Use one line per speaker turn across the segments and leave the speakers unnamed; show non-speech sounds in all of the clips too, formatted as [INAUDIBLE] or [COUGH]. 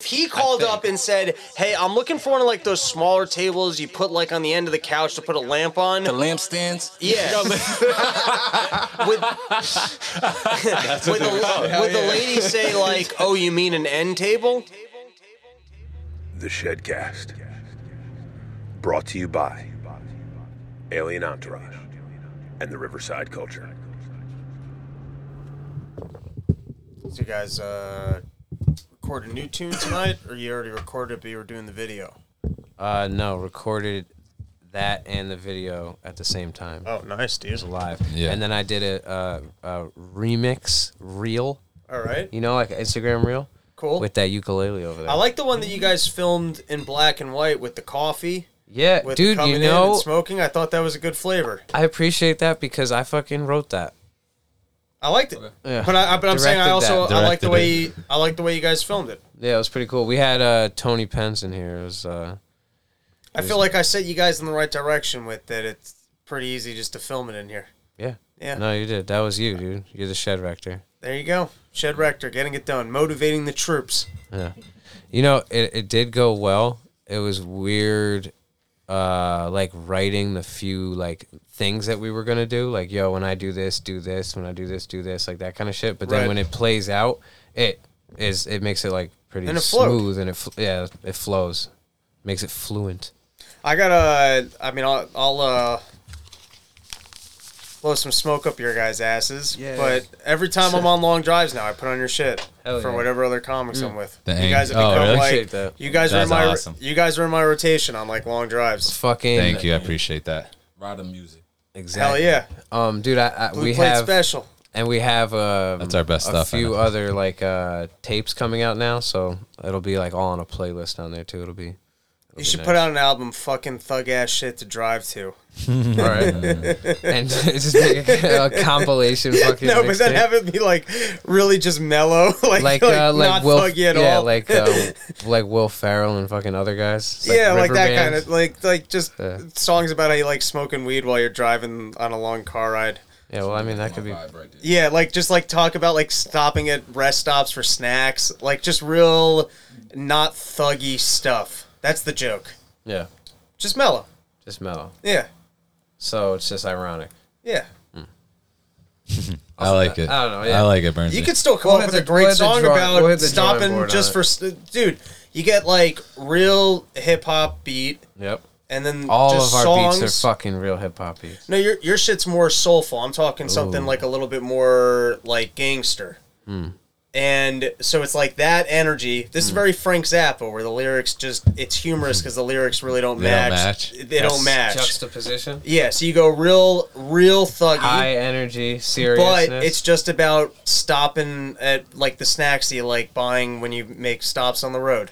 he called up and said, "Hey, I'm looking for one of like those smaller tables you put like on the end of the couch to put a lamp on."
The e- lamp stands.
[LAUGHS]
yeah, with with, the, with the lady say like, "Oh, you mean an end table?"
The Shedcast. Brought to you by Alien Entourage and the Riverside Culture.
So you guys uh, record a new tune tonight, or you already recorded it, but you were doing the video?
Uh, no, recorded that and the video at the same time
Oh, nice, dude.
live.
Yeah.
And then I did a, uh a remix reel,
All right,
you know, like an Instagram reel
cool.
with that ukulele over there.
I like the one that you guys filmed in black and white with the coffee,
yeah,
with
dude,
coming
you
in
know,
and smoking. I thought that was a good flavor.
I appreciate that because I fucking wrote that.
I liked it,
Yeah.
but I, I- but I'm saying I
Directed
also
that.
I like the
Directed
way you, I like the way you guys filmed it.
Yeah, it was pretty cool. We had uh, Tony Pence in here. It was, uh,
I feel like I set you guys in the right direction with that. It's pretty easy just to film it in here.
yeah.
Yeah.
No, you did. That was you, dude. You're the shed rector.
There you go, Shed Rector, getting it done, motivating the troops.
You know, it, it did go well. It was weird, uh, like writing the few like things that we were gonna do, like yo, when I do this, do this, when I do this, do this, like that kind of shit. But then
Right.
when it plays out, it is it makes it like pretty
And it flowed.
smooth and it fl- yeah it flows, makes it fluent.
I gotta. I mean, I'll, I'll uh, blow some smoke up your guys' asses.
Yeah.
But every time I'm on long drives now, I put on your shit
Hell
for
yeah.
whatever other comics I'm with.
The
you guys have
ang- oh,
become
really?
Mm. Appreciate
like
that.
you guys
That's
are in my
awesome.
you guys are in my rotation on like long drives.
Fucking
Thank you. I appreciate that.
Ride of music.
Hell
exactly.
yeah,
Um, dude, I, I
blue
we
plate
have
special.
and we have um,
That's our best
a
stuff, I
few
know.
other like uh tapes coming out now, so it'll be like all on a playlist down there too. It'll be
You should
nice.
put out an album, fucking thug ass shit to drive to.
All
[LAUGHS]
right. and just make a, a compilation [LAUGHS]
[LAUGHS]
fucking.
No, but then
mixtape.
have it be like really just mellow, [LAUGHS] like like,
like uh,
not
like Will,
thuggy at
yeah,
all. [LAUGHS]
like uh, like Will Ferrell and fucking other guys. It's
yeah, like
River
that
Band.
kind of like like just
Yeah.
songs about how you like smoking weed while you're driving on a long car ride.
Yeah, well, I mean that could be.
Yeah, like just like talk about like stopping at rest stops for snacks, like just real not thuggy stuff. That's the joke.
Yeah,
Just mellow.
just mellow.
Yeah,
So it's just ironic.
yeah.
I like it.
I don't know, yeah.
I like it, Burns.
You could still come
We'll
up
hit
with a
the- we'll
great
hit the
song
draw- we'll
about
hit the drawing
stopping
board
just
on
for st- dude. You get like real hip hop beat,
Yep.
and then
All
just
of our
songs.
beats are fucking real hip hop beats.
No, your your shit's more soulful. I'm talking something like a little bit more like gangster.
Hmm.
And so it's like that energy. This is very Frank Zappa, where the lyrics just it's humorous
Hmm.
because the lyrics really don't
They don't
match.
match.
They don't match.
Juxtaposition.
[LAUGHS] yeah, so you go real, real thuggy,
High energy, seriousness.
but it's just about stopping at like the snacks you like buying when you make stops on the road.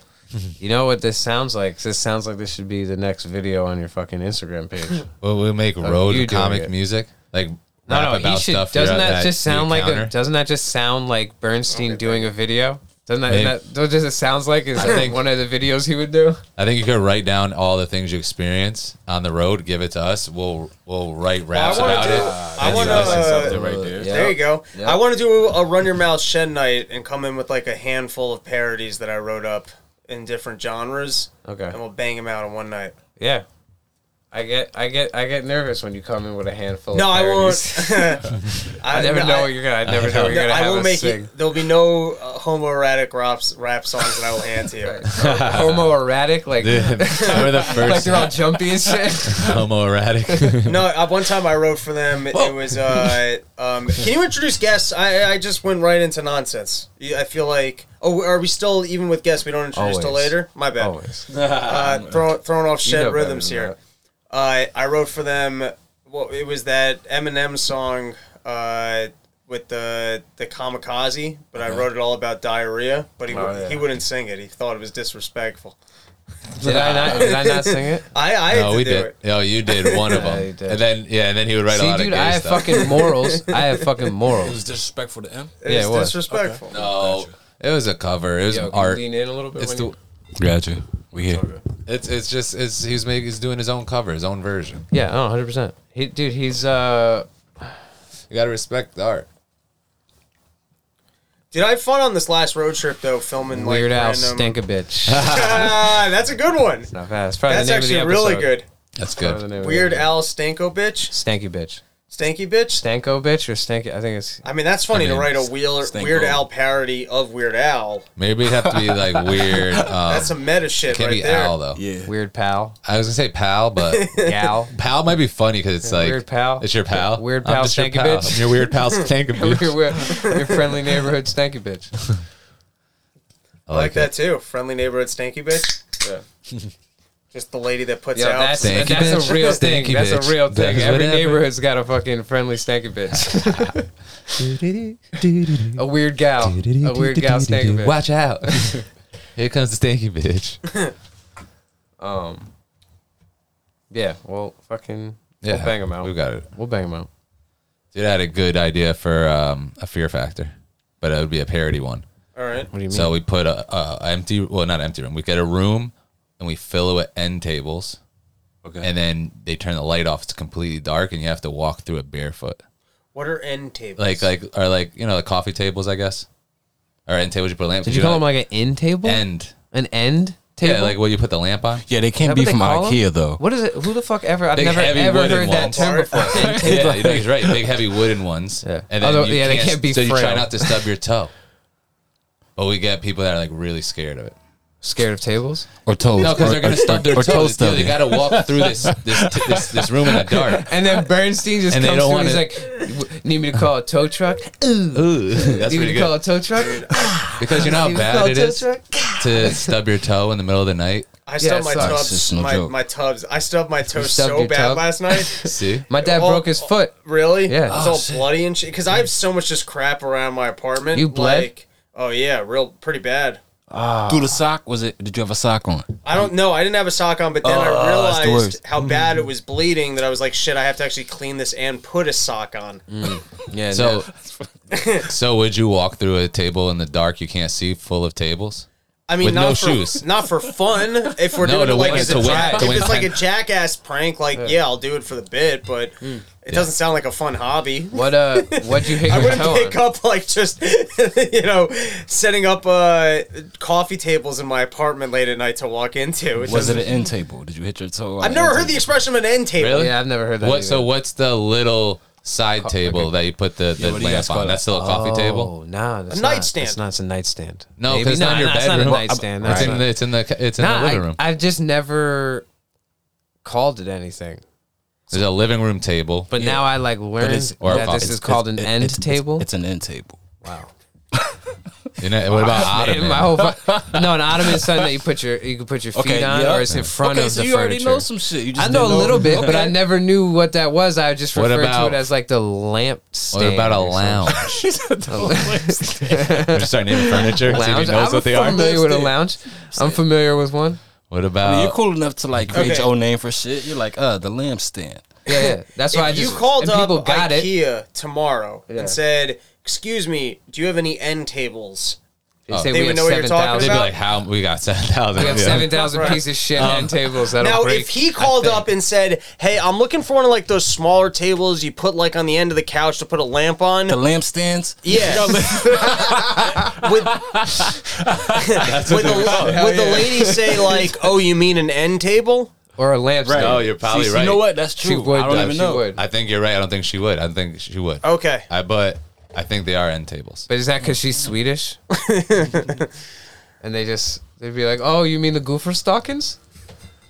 you know what this sounds like? This sounds like this should be the next video on your fucking Instagram page.
Well, we make road
Oh, you doing
comic
it.
music, like
No,
rap
no,
about
he should.
stuff.
Doesn't
you're at
that just sound like
encounter.
a, doesn't that just sound like Bernstein doing a video? Doesn't that,
Maybe.
isn't that those just it sounds like is
I
that
think-
one of the videos he would do?
I think you could write down all the things you experience on the road. Give it to us. We'll we'll write raps
wanna
about
do-
it.
I
and you
wanna-
guys can
uh,
something right there.
Ah, There you go. I want to do a run your mouth shed night and come in with like a handful of parodies that I wrote up in different genres.
Okay.
And we'll bang them out in one night.
Yeah. I get I get I get nervous when you come in with a handful
No,
of
I
parodies. [LAUGHS]
won't. [LAUGHS]
I never
no,
know
I-
what you're gonna
[LAUGHS]
I never know what you're
no,
gonna
I
have
will
us
make [LAUGHS]
sing.
it. There'll be no uh, homoerotic raps, rap songs that I will hand
[LAUGHS]
to you.
Homo erratic,
[LAUGHS]
like
We're the
[LAUGHS] like
first
they're all jumpy
[LAUGHS]
and shit.
homo erratic.
[LAUGHS]
No, uh, one time I wrote for them. It was. Uh, um, can you introduce guests? I I just went right into nonsense. Yeah, I feel like. Oh, are we still even with guests? We don't introduce till
Always.
later. My bad.
Always.
[LAUGHS]
Uh, throw, throwing off
know
shed
better
rhythms
than
here.
that.
Uh, I wrote for them. Well, it was that Eminem song uh, with the the kamikaze, but I wrote it all about diarrhea. But he wou-
Uh-huh. Oh, yeah.
he wouldn't sing it. He thought it was disrespectful.
Did I not did I not sing it?
I I had
[LAUGHS] No,
to
we
do
did.
it.
Oh, you did one
[LAUGHS]
of
Yeah,
them.
you did.
And then yeah, and then he would write a
See
lot
dude,
of gay
I have
stuff.
fucking morals. I have
[LAUGHS]
fucking
It
morals.
was disrespectful to him.
It
Yeah,
was
it was.
disrespectful.
No, it was a cover. It was
Yo, can you
art.
lean in a little bit
It's
when
the
you-
Gotcha. We here.
it's it's just it's he's making he's doing his own cover, his own version.
Yeah, oh, 100%. He, dude, he's uh
You gotta respect the art.
Did I have fun on this last road trip though? Filming
Weird
like,
Al
random-
stink a bitch.
[LAUGHS] Ah, that's a good one.
Not bad. It's probably
That's
the name
actually
of the
really
episode.
good.
That's
Probably the
good.
name of the
Weird
episode.
Al Stanko bitch,
Stanky bitch.
Stanky bitch.
Stanko bitch or stanky? I think it's.
I mean, that's funny
I mean,
to write a Wheeler,
Stanko.
Weird Al parody of Weird Al.
Maybe it'd have to be
[LAUGHS]
like weird. Um,
That's some meta shit
can't
right
be
there.
Al though.
Yeah.
Weird
[LAUGHS]
pal.
I was gonna say pal,
[LAUGHS]
but
Gal.
pal might be funny because it's like
Weird pal.
It's your pal.
Weird
I'm
pal
just your
stanky
pal.
bitch. [LAUGHS]
I'm your weird pal stanky
your,
bitch.
weird- your friendly neighborhood stanky bitch.
I
I like
it.
that too. Friendly neighborhood Stanky bitch.
Yeah.
Just the lady that puts
Yo,
out.
that's,
Stanky
that's
bitch.
a real thing.
Stanky
that's
bitch.
a real
That's
thing.
what
Every
happened.
neighborhood's got a fucking friendly
[LAUGHS]
stanky bitch. [LAUGHS] a
[LAUGHS]
weird gal. A weird gal stanky bitch.
Watch
[LAUGHS]
out! Here comes the stanky bitch.
Um. Yeah. Well, fucking.
Yeah,
We'll bang them out.
We got it.
We'll bang them out.
Dude, I had a good idea for um, a Fear Factor, but it would be a parody one.
All right.
What do you mean?
So we put a, a empty, well, not empty room. We get a room and we fill it with end tables,
Okay.
and then they turn the light off. It's completely dark, and you have to walk through it barefoot.
What are end tables?
Like, like, or like, you know, the coffee tables, I guess, or end tables you put lamps.
Did you call them like an end table?
end?
An end table?
Yeah, like what you put the lamp
[LAUGHS]
on.
yeah, they
Is
can't
that
be
what
from
they call 'em?
IKEA though.
What is it? Who the fuck ever? I've
Big
never
heavy
ever
wooden
heard that
ones.
term
Bar-
[LAUGHS] before.
yeah, you know, he's right. Big, heavy wooden ones.
Yeah.
And then
Although-
you
yeah, they
can't,
can't be
So you try
frail.
not to stub your toe. But we get people that are like really scared of it.
Scared of tables?
Or toes.
No, because they're gonna stub their
or
toe.
toe
They,
stubbing.
got to walk through this this, t- this this room in the
[LAUGHS]
dark.
And then Bernstein just
And they
comes
don't
through
wanna-
and he's like, "W- "Need me to call a tow truck? Ooh,
Ooh, that's
need me
pretty
to call a
good.
tow truck?
Because you know how
Need me to call
bad
a
it
tow
is
truck?"
to stub your toe in the middle of the night.
I stubbed
it
my
sucks.
tubs,
It's no
my,
joke.
my tubs. I stubbed my toe
stubbed
so
your
bad
tub?
last
[LAUGHS]
night.
See,
My dad
All-
broke his foot.
Really?
Yeah.
It's
Oh,
all bloody and shit. Because I have so much just crap around my apartment.
You bled?
Like, oh yeah, real pretty bad.
Through the sock was it? Did you have a sock on?
I don't know. I didn't have a sock on, but then I
that's the
realized
worst.
how bad it was bleeding that I was like, shit, I have to actually clean this and put a sock on.
Yeah.
so [LAUGHS] so would you walk through a table in the dark you can't see, full of tables?
I mean,
With
not
no
for, [LAUGHS]
shoes.
Not for fun. If we're
No,
doing
to
it like
win-
as
to
a
win-
jack,
to
if
win
it's like a
time.
jackass prank, like yeah. I'll do it for the bit, but it doesn't sound like a fun hobby.
what uh? What'd you hit [LAUGHS]
I
your
wouldn't
toe
pick
on?
up like just [LAUGHS] you know setting up uh, coffee tables in my apartment late at night to walk into. It
Was it
doesn't-
an end table? Did you hit your toe? on
I've
an
never
end
heard the expression of an end table.
Really?
Yeah, I've never heard that.
What? So
either.
what's the little side table that you put the, the
what do you guys
lamp
call
on?
that?
That's still a coffee
oh,
table.
Nah, that's
A
not,
nightstand.
It's not it's a nightstand.
No,
Maybe
because it's not in your
nah,
bedroom.
It's not a nightstand.
It's
That's
in
not-
the it's in the it's in the
Nah,
living
I-
room.
I've just never called it anything.
There's a living room table.
But now I like learned
it's-
that
or a box.
this is called an
it-
end
it's- it's-
table.
It's, an end table.
wow.
You know, what
[LAUGHS]
about ottoman?
My whole fu- no, an ottoman is something that you put your you can put your feet
Okay,
on,
yeah.
or it's in front
okay,
of
so
the
you already
furniture.
know some shit. You just
I know
didn't
a little bit, but I
Okay.
never knew what that was. I just
What
referred
about-
to it as like the lamp stand.
What about a
or something. [LAUGHS]
lounge?
[LAUGHS]
I'm just starting to name furniture. See if he
Lounge.
knows
I'm
what they are.
familiar with a lounge. I'm familiar with one.
What
I mean,
about
you're cool enough to like create
Okay.
your own name for shit. You're like, uh, the lamp stand.
Yeah, yeah. That's why I
If you
just
called
and people
up
got it.
IKEA tomorrow
Yeah.
and said, "Excuse me, do you have any end tables?"
They, say
They would
we had
know what you're talking
7,000.
They'd be
about?
like, how we got seven thousand.
We have seven thousand
Right.
pieces of shit end tables. That'll
Now,
break.
if he called up and said, "Hey, I'm looking for one of like those smaller tables you put like on the end of the couch to put a lamp on,"
The lamp stands.
yeah, with [LAUGHS] with the, would the lady
[LAUGHS]
say like, "Oh, you mean an end table?"
or a lamp stand.
No, Oh, you're probably
You
right.
know what? That's
She
true.
would.
I don't
though.
even
She
know.
would.
I think you're right. I don't think she would. I think she would.
Okay,
I but I think they are end tables.
But is that because
[LAUGHS]
she's Swedish? and they just they'd be like, "Oh, you mean the goofer stockings?"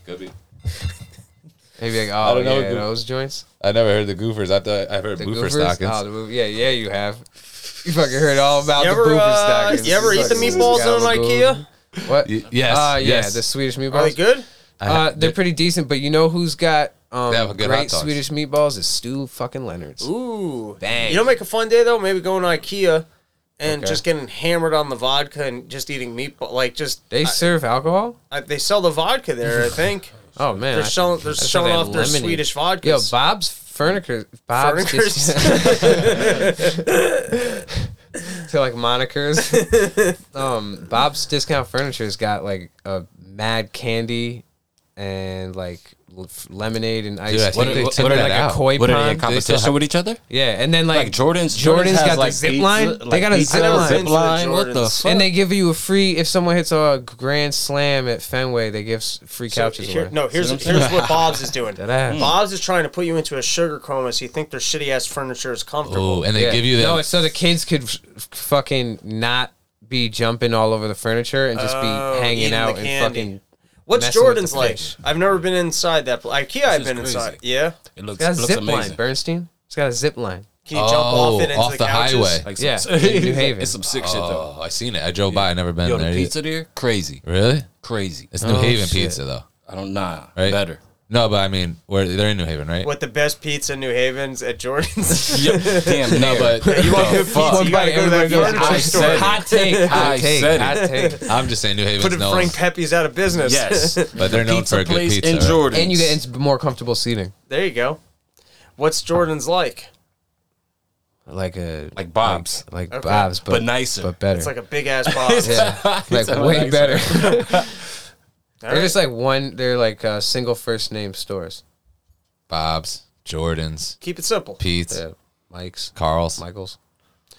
Could be.
They'd be like, "Oh,
don't know what
yeah,
goof-
those joints."
I never heard the goofers. I thought I've heard
The
boofer
goofers?
stockings.
Oh, the goof- yeah, yeah, you have. You fucking heard all about
you
the
ever
goofer
uh,
stockings.
you ever eat the
Fucking
meatballs on
Gabagool.
IKEA?
What?
Y- yes,
Uh, yeah,
yes.
the Swedish meatballs.
Are they good?
Uh, they're pretty decent, but you know who's got um,
They have a good hot
great
dogs.
Swedish meatballs? Is Stu fucking Leonard's.
Ooh,
Bang.
You don't make a fun day though. Maybe going to IKEA and
Okay.
just getting hammered on the vodka and just eating meatball. Like just
They serve alcohol.
I, they sell the vodka
[LAUGHS]
there. I think
Oh man,
they're
I-
selling they're
thought
selling
they had
off their
lemonade.
Swedish vodkas.
Yo, Bob's Furnickers. Bob's [LAUGHS] Dis- so like monikers.
[LAUGHS]
um, Bob's Discount Furniture's got like a mad candy and like l- f- lemonade and ice.
Dude, I
what
think
are,
they
what
took
are,
that
like
out.
a koi
What are they in
pond?
competition
have-
with each other?
yeah, and then like,
Like Jordan's.
Jordan's
has,
got
like
the zip
beats-
line.
like
they got a
beats
zip
on
line.
Zip line. What the
Jordans.
fuck?
and they give you a free if someone hits a grand slam at Fenway. They give s- free
So
couches
here-
away.
no, here's here's what Bob's is
[LAUGHS]
doing.
ass.
Bob's is trying to put you into a sugar coma so you think their shitty ass furniture is comfortable.
Ooh, and they
Yeah.
give you that.
No, it's so the kids could f- f- fucking not be jumping all over the furniture and just
Oh,
be hanging
eating
out
the
and
candy.
fucking.
What's
messing with the
Jordan's like?
fish.
I've never been inside that. Pl- IKEA, I've
is
been
crazy.
inside. Yeah,
It looks,
It's got a
looks
zip
amazing.
line, Bernstein. It's got a zip line.
can you jump
Oh,
off it into
off
the
the
couches?
highway.
Like
Yeah,
some,
in New Haven.
It's some sick shit though.
oh, I seen it. I drove by. I never been
Yo, the
there.
pizza there, crazy,
Really?
crazy.
It's New
Oh,
Haven
shit.
pizza though,
I don't nah.
right?
Better.
No, but I mean, where they're in New Haven, right?
What the best pizza in New Haven's
[LAUGHS]
at Jordan's?
Yo, damn,
No,
no, but
but
you want good pizza? You gotta go to that
Everybody goes,
furniture
"I
store.
said it." Hot take. Hot
I
take.
said it.
Hot take.
I'm just saying New
Put
Haven's
it,
known.
Frank Pepe's out of business.
yes,
But they're known for a good
place
pizza,
in
right?
Jordan,
And you get into more comfortable seating.
there you go. What's Jordan's like?
Like a
like Bob's.
like, like
Okay.
Bob's, but,
But nicer.
but better.
It's like a big ass box. [LAUGHS]
[LAUGHS] yeah, like
a
way
nicer-
better.
All
[LAUGHS] They're
right.
just like one. They're like uh, single first name stores.
Bob's, Jordan's,
Keep it simple.
Pete's,
Yeah, Mike's,
Carl's.
Michaels,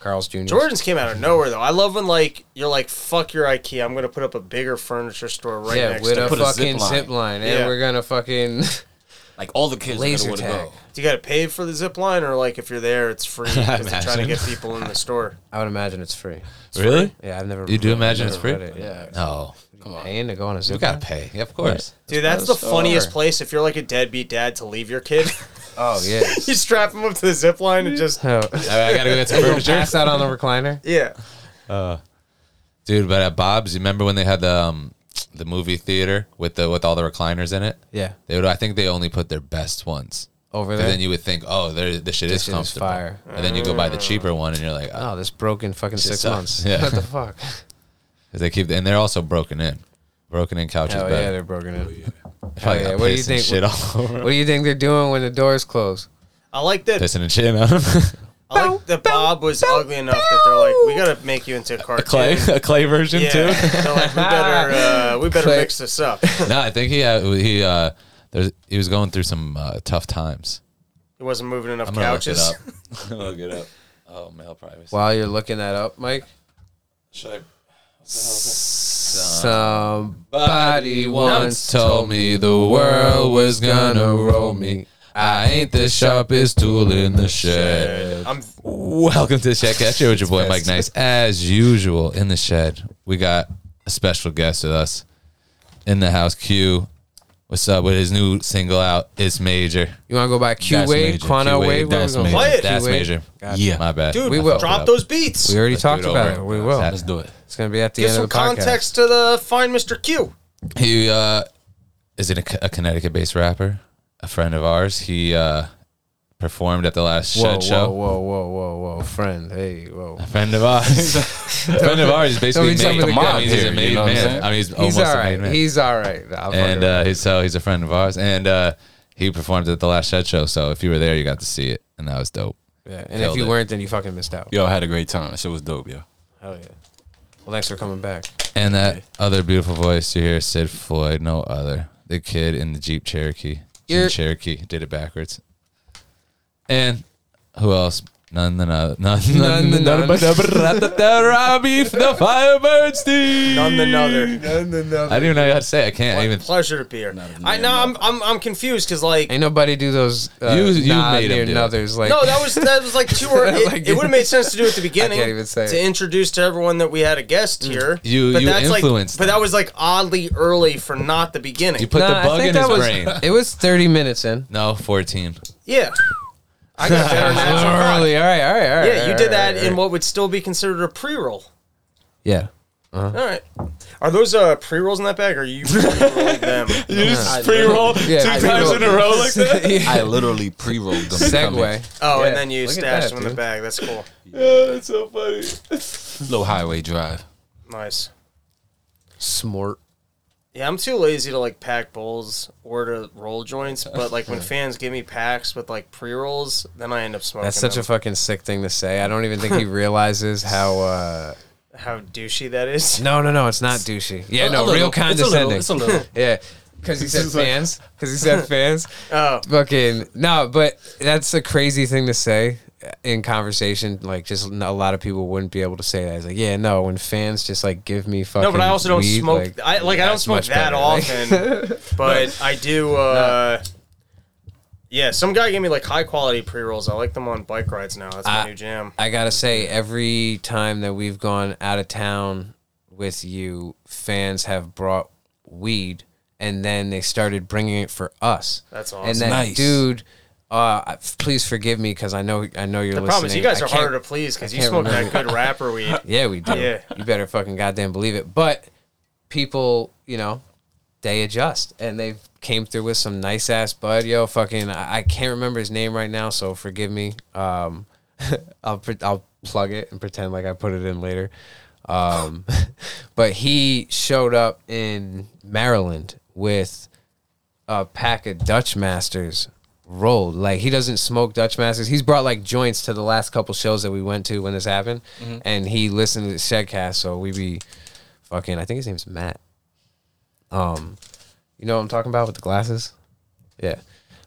Carl's Jr.
Jordan's came out of nowhere though. I love when like you're like fuck your IKEA. I'm gonna put up a bigger furniture store right
yeah,
next
with
to
a
it.
put a zip
fucking
line.
zip line,
Yeah.
and we're gonna fucking
like all the kids
Laser
laser know where to
tag.
go.
Do you gotta pay for the zip line or like if you're there it's free? 'cause They're trying to get people in the store.
I would imagine it's free.
Really?
Yeah, I've never.
You do imagine
never
it's free?
read it, Yeah,
No,
come on. Paying to go on a
we
zip.
gotta
Line?
pay. Yeah, of course.
Dude, that's the
store.
funniest place if you're like a deadbeat dad to leave your kid. [LAUGHS]
Oh yeah.
you strap him up to the zip line and just
[LAUGHS] So,
All right, I gotta go get some furniture,
pass out on the recliner.
yeah.
dude. But at Bob's, you remember when they had the um, the movie theater with the with all the recliners in it?
Yeah,
They would. I think they only put their best ones.
over
'Cause
there.
then you would think, oh, there, this shit is
shit is
comfortable.
fire.
And then you go buy the cheaper one, and you're like, oh,
oh, this broke in fucking six
sucks.
months.
Yeah.
What the
[LAUGHS]
fuck?
'Cause they keep, and they're also broken in, broken in couches.
Hell yeah,
better.
they're broken
Oh,
in.
Probably
hell yeah.
got
What do you
piss and
think-
Shit all over.
[LAUGHS]
'em.
What do you think they're doing when the doors close?
I like that
Pissing and shit out of
[LAUGHS]
'em.
I like that Bob was ugly enough that they're like, We gotta make you into a cartoon.
clay, a clay
[LAUGHS]
version
Yeah.
too.
they're like, We better uh, we better
Clay.
mix this up.
[LAUGHS] no, I think he had, he uh, there's, he was going through some uh, tough times.
It wasn't moving enough
I'm gonna
couches.
look it up. I'm
[LAUGHS]
gonna look it up. Oh, male privacy.
While you're looking that up, Mike.
Should I?
Somebody
Once told me the world was gonna roll me. I ain't the sharpest tool in the shed.
I'm
Welcome to Shed Catch It with your boy Mike Nice. As usual, in the shed, we got a special guest with us in the house. Q, what's up with his new single out? It's major.
You want to go by Q
That's
Wave,
major. Q-Wave,
Quano Wave? Where we
That's
going?
major.
Play it.
That's
Q-Wave.
major.
God.
Yeah.
My bad.
Dude,
We will.
Fucked
drop
up.
those beats.
We already
Let's do
talked
it
about
over.
it. We will.
Let's
Let's do it.
It's gonna be at the
Give
end
some
of the podcast.
context to the Find Mr. Q.
He uh, is in a, C- a Connecticut-based rapper, a friend of ours. He uh, performed at the last
Whoa,
Shed Show.
whoa, whoa, whoa, whoa, whoa, friend. Hey, whoa.
Friend of [LAUGHS] ours. friend of ours is basically
Don't be jumping
made,
the gun
I mean, he's
here,
a made
you know what I'm
man.
saying?
I mean, he's,
He's
almost
all
a made
right.
man.
He's all right. I'll fuck
and
with
uh, he's, so he's a friend of ours. And uh, he performed at the last Shed Show. So if you were there, you got to see it, and that was dope.
it. yeah. and if
killed
you
it.
weren't, then you fucking missed out.
Yo, I had a great time. That shit was dope, yo.
Hell yeah. Well, thanks for coming back.
And that other beautiful voice you hear, Sid Floyd, no other. The kid in the Jeep Cherokee.
You're-
Jeep Cherokee did it backwards. And who else? None than other. [LAUGHS] None
None
none
than
than other. but the brat- Robbie the Firebird Steve.
None than other.
[LAUGHS] I don't even know how to say. It. I can't
What
even.
pleasure to be here. I know I'm I'm I'm confused because like
Ain't nobody do those uh,
You-
you,
you
nah,
made him
near
do it.
nothers. Like,
no, that was that was like too
[LAUGHS]
early.
Like-
it would have made sense to do
[LAUGHS]
at the beginning.
can't even say
to
it. Mm.
introduce to everyone that we had a guest here.
You- you influenced
like, but that was like oddly early for not the beginning.
You put
Nah,
the
I
bug
think
in
that
his
was,
brain.
[LAUGHS] It was 30
[LAUGHS]
minutes in.
No, fourteen.
yeah, I got better natural thought.
[LAUGHS] Early. All right, all right, all right.
Yeah, you
all
did
right, all
that
right.
in what would still be considered a pre-roll.
Yeah. Uh-huh.
All right, are those uh, pre-rolls in that bag? Or are
[LAUGHS]
you pre-rolling them?
Pre-roll
Yeah, I pre-rolled.
row like that.
I literally pre-rolled them. coming.
Segway.
Oh,
Yeah,
and then you
look at
stash
that,
them in the
dude.
bag. That's cool.
That's so funny.
Little highway drive.
Nice.
Smart.
Yeah, I'm too lazy to like pack bowls or to roll joints, but like
[LAUGHS]
when fans give me packs with like pre rolls, then I end up smoking.
That's such a
them.
fucking sick thing to say. I don't even
[LAUGHS]
think he realizes how. Uh,
how douchey that is.
no, no, no. It's not douchey. Yeah,
A- a
no,
little.
real
It's a little,
condescending.
It's a little.
[LAUGHS] yeah,
[LAUGHS]
because he said fans. Because he said fans.
Oh,
Fucking no, but that's a crazy thing to say in conversation. Like, just n- a lot of people wouldn't be able to say that. It's like, yeah, no, when fans just like give me
[LAUGHS]
fucking.
no, but I also don't
weed,
smoke.
Like,
I like I don't
that's
smoke
much
that
better, like-
often,
[LAUGHS]
but I do. uh Yeah, some guy gave me like high quality pre rolls. I like them on bike rides now. That's my
I-
new jam.
I gotta say, every time that we've gone out of town with you, fans have brought weed, and then they started bringing it for us.
That's
And
awesome.
that
Nice.
dude, uh, I- please forgive me because I know I know you're
The
listening.
problem is you guys
I
are
can't-
harder to please because
I
you
can't
smoke that
remember.
good rapper
[LAUGHS]
weed.
Yeah, we do.
Yeah.
You better fucking goddamn believe it. But people, you know, they adjust and they came through with some nice ass bud. Yo, fucking, I, I can't remember his name right now, so forgive me. Um, [LAUGHS] I'll pre- I'll plug it and pretend like I put it in later. Um, [LAUGHS] but he showed up in Maryland with a pack of Dutch Masters rolled. Like he doesn't smoke Dutch Masters. He's brought like joints to the last couple shows that we went to when this happened,
Mm-hmm.
and he listened to the Shedcast. So we be fucking. I think his name's Matt. Um, you know what I'm talking about with the glasses? Yeah.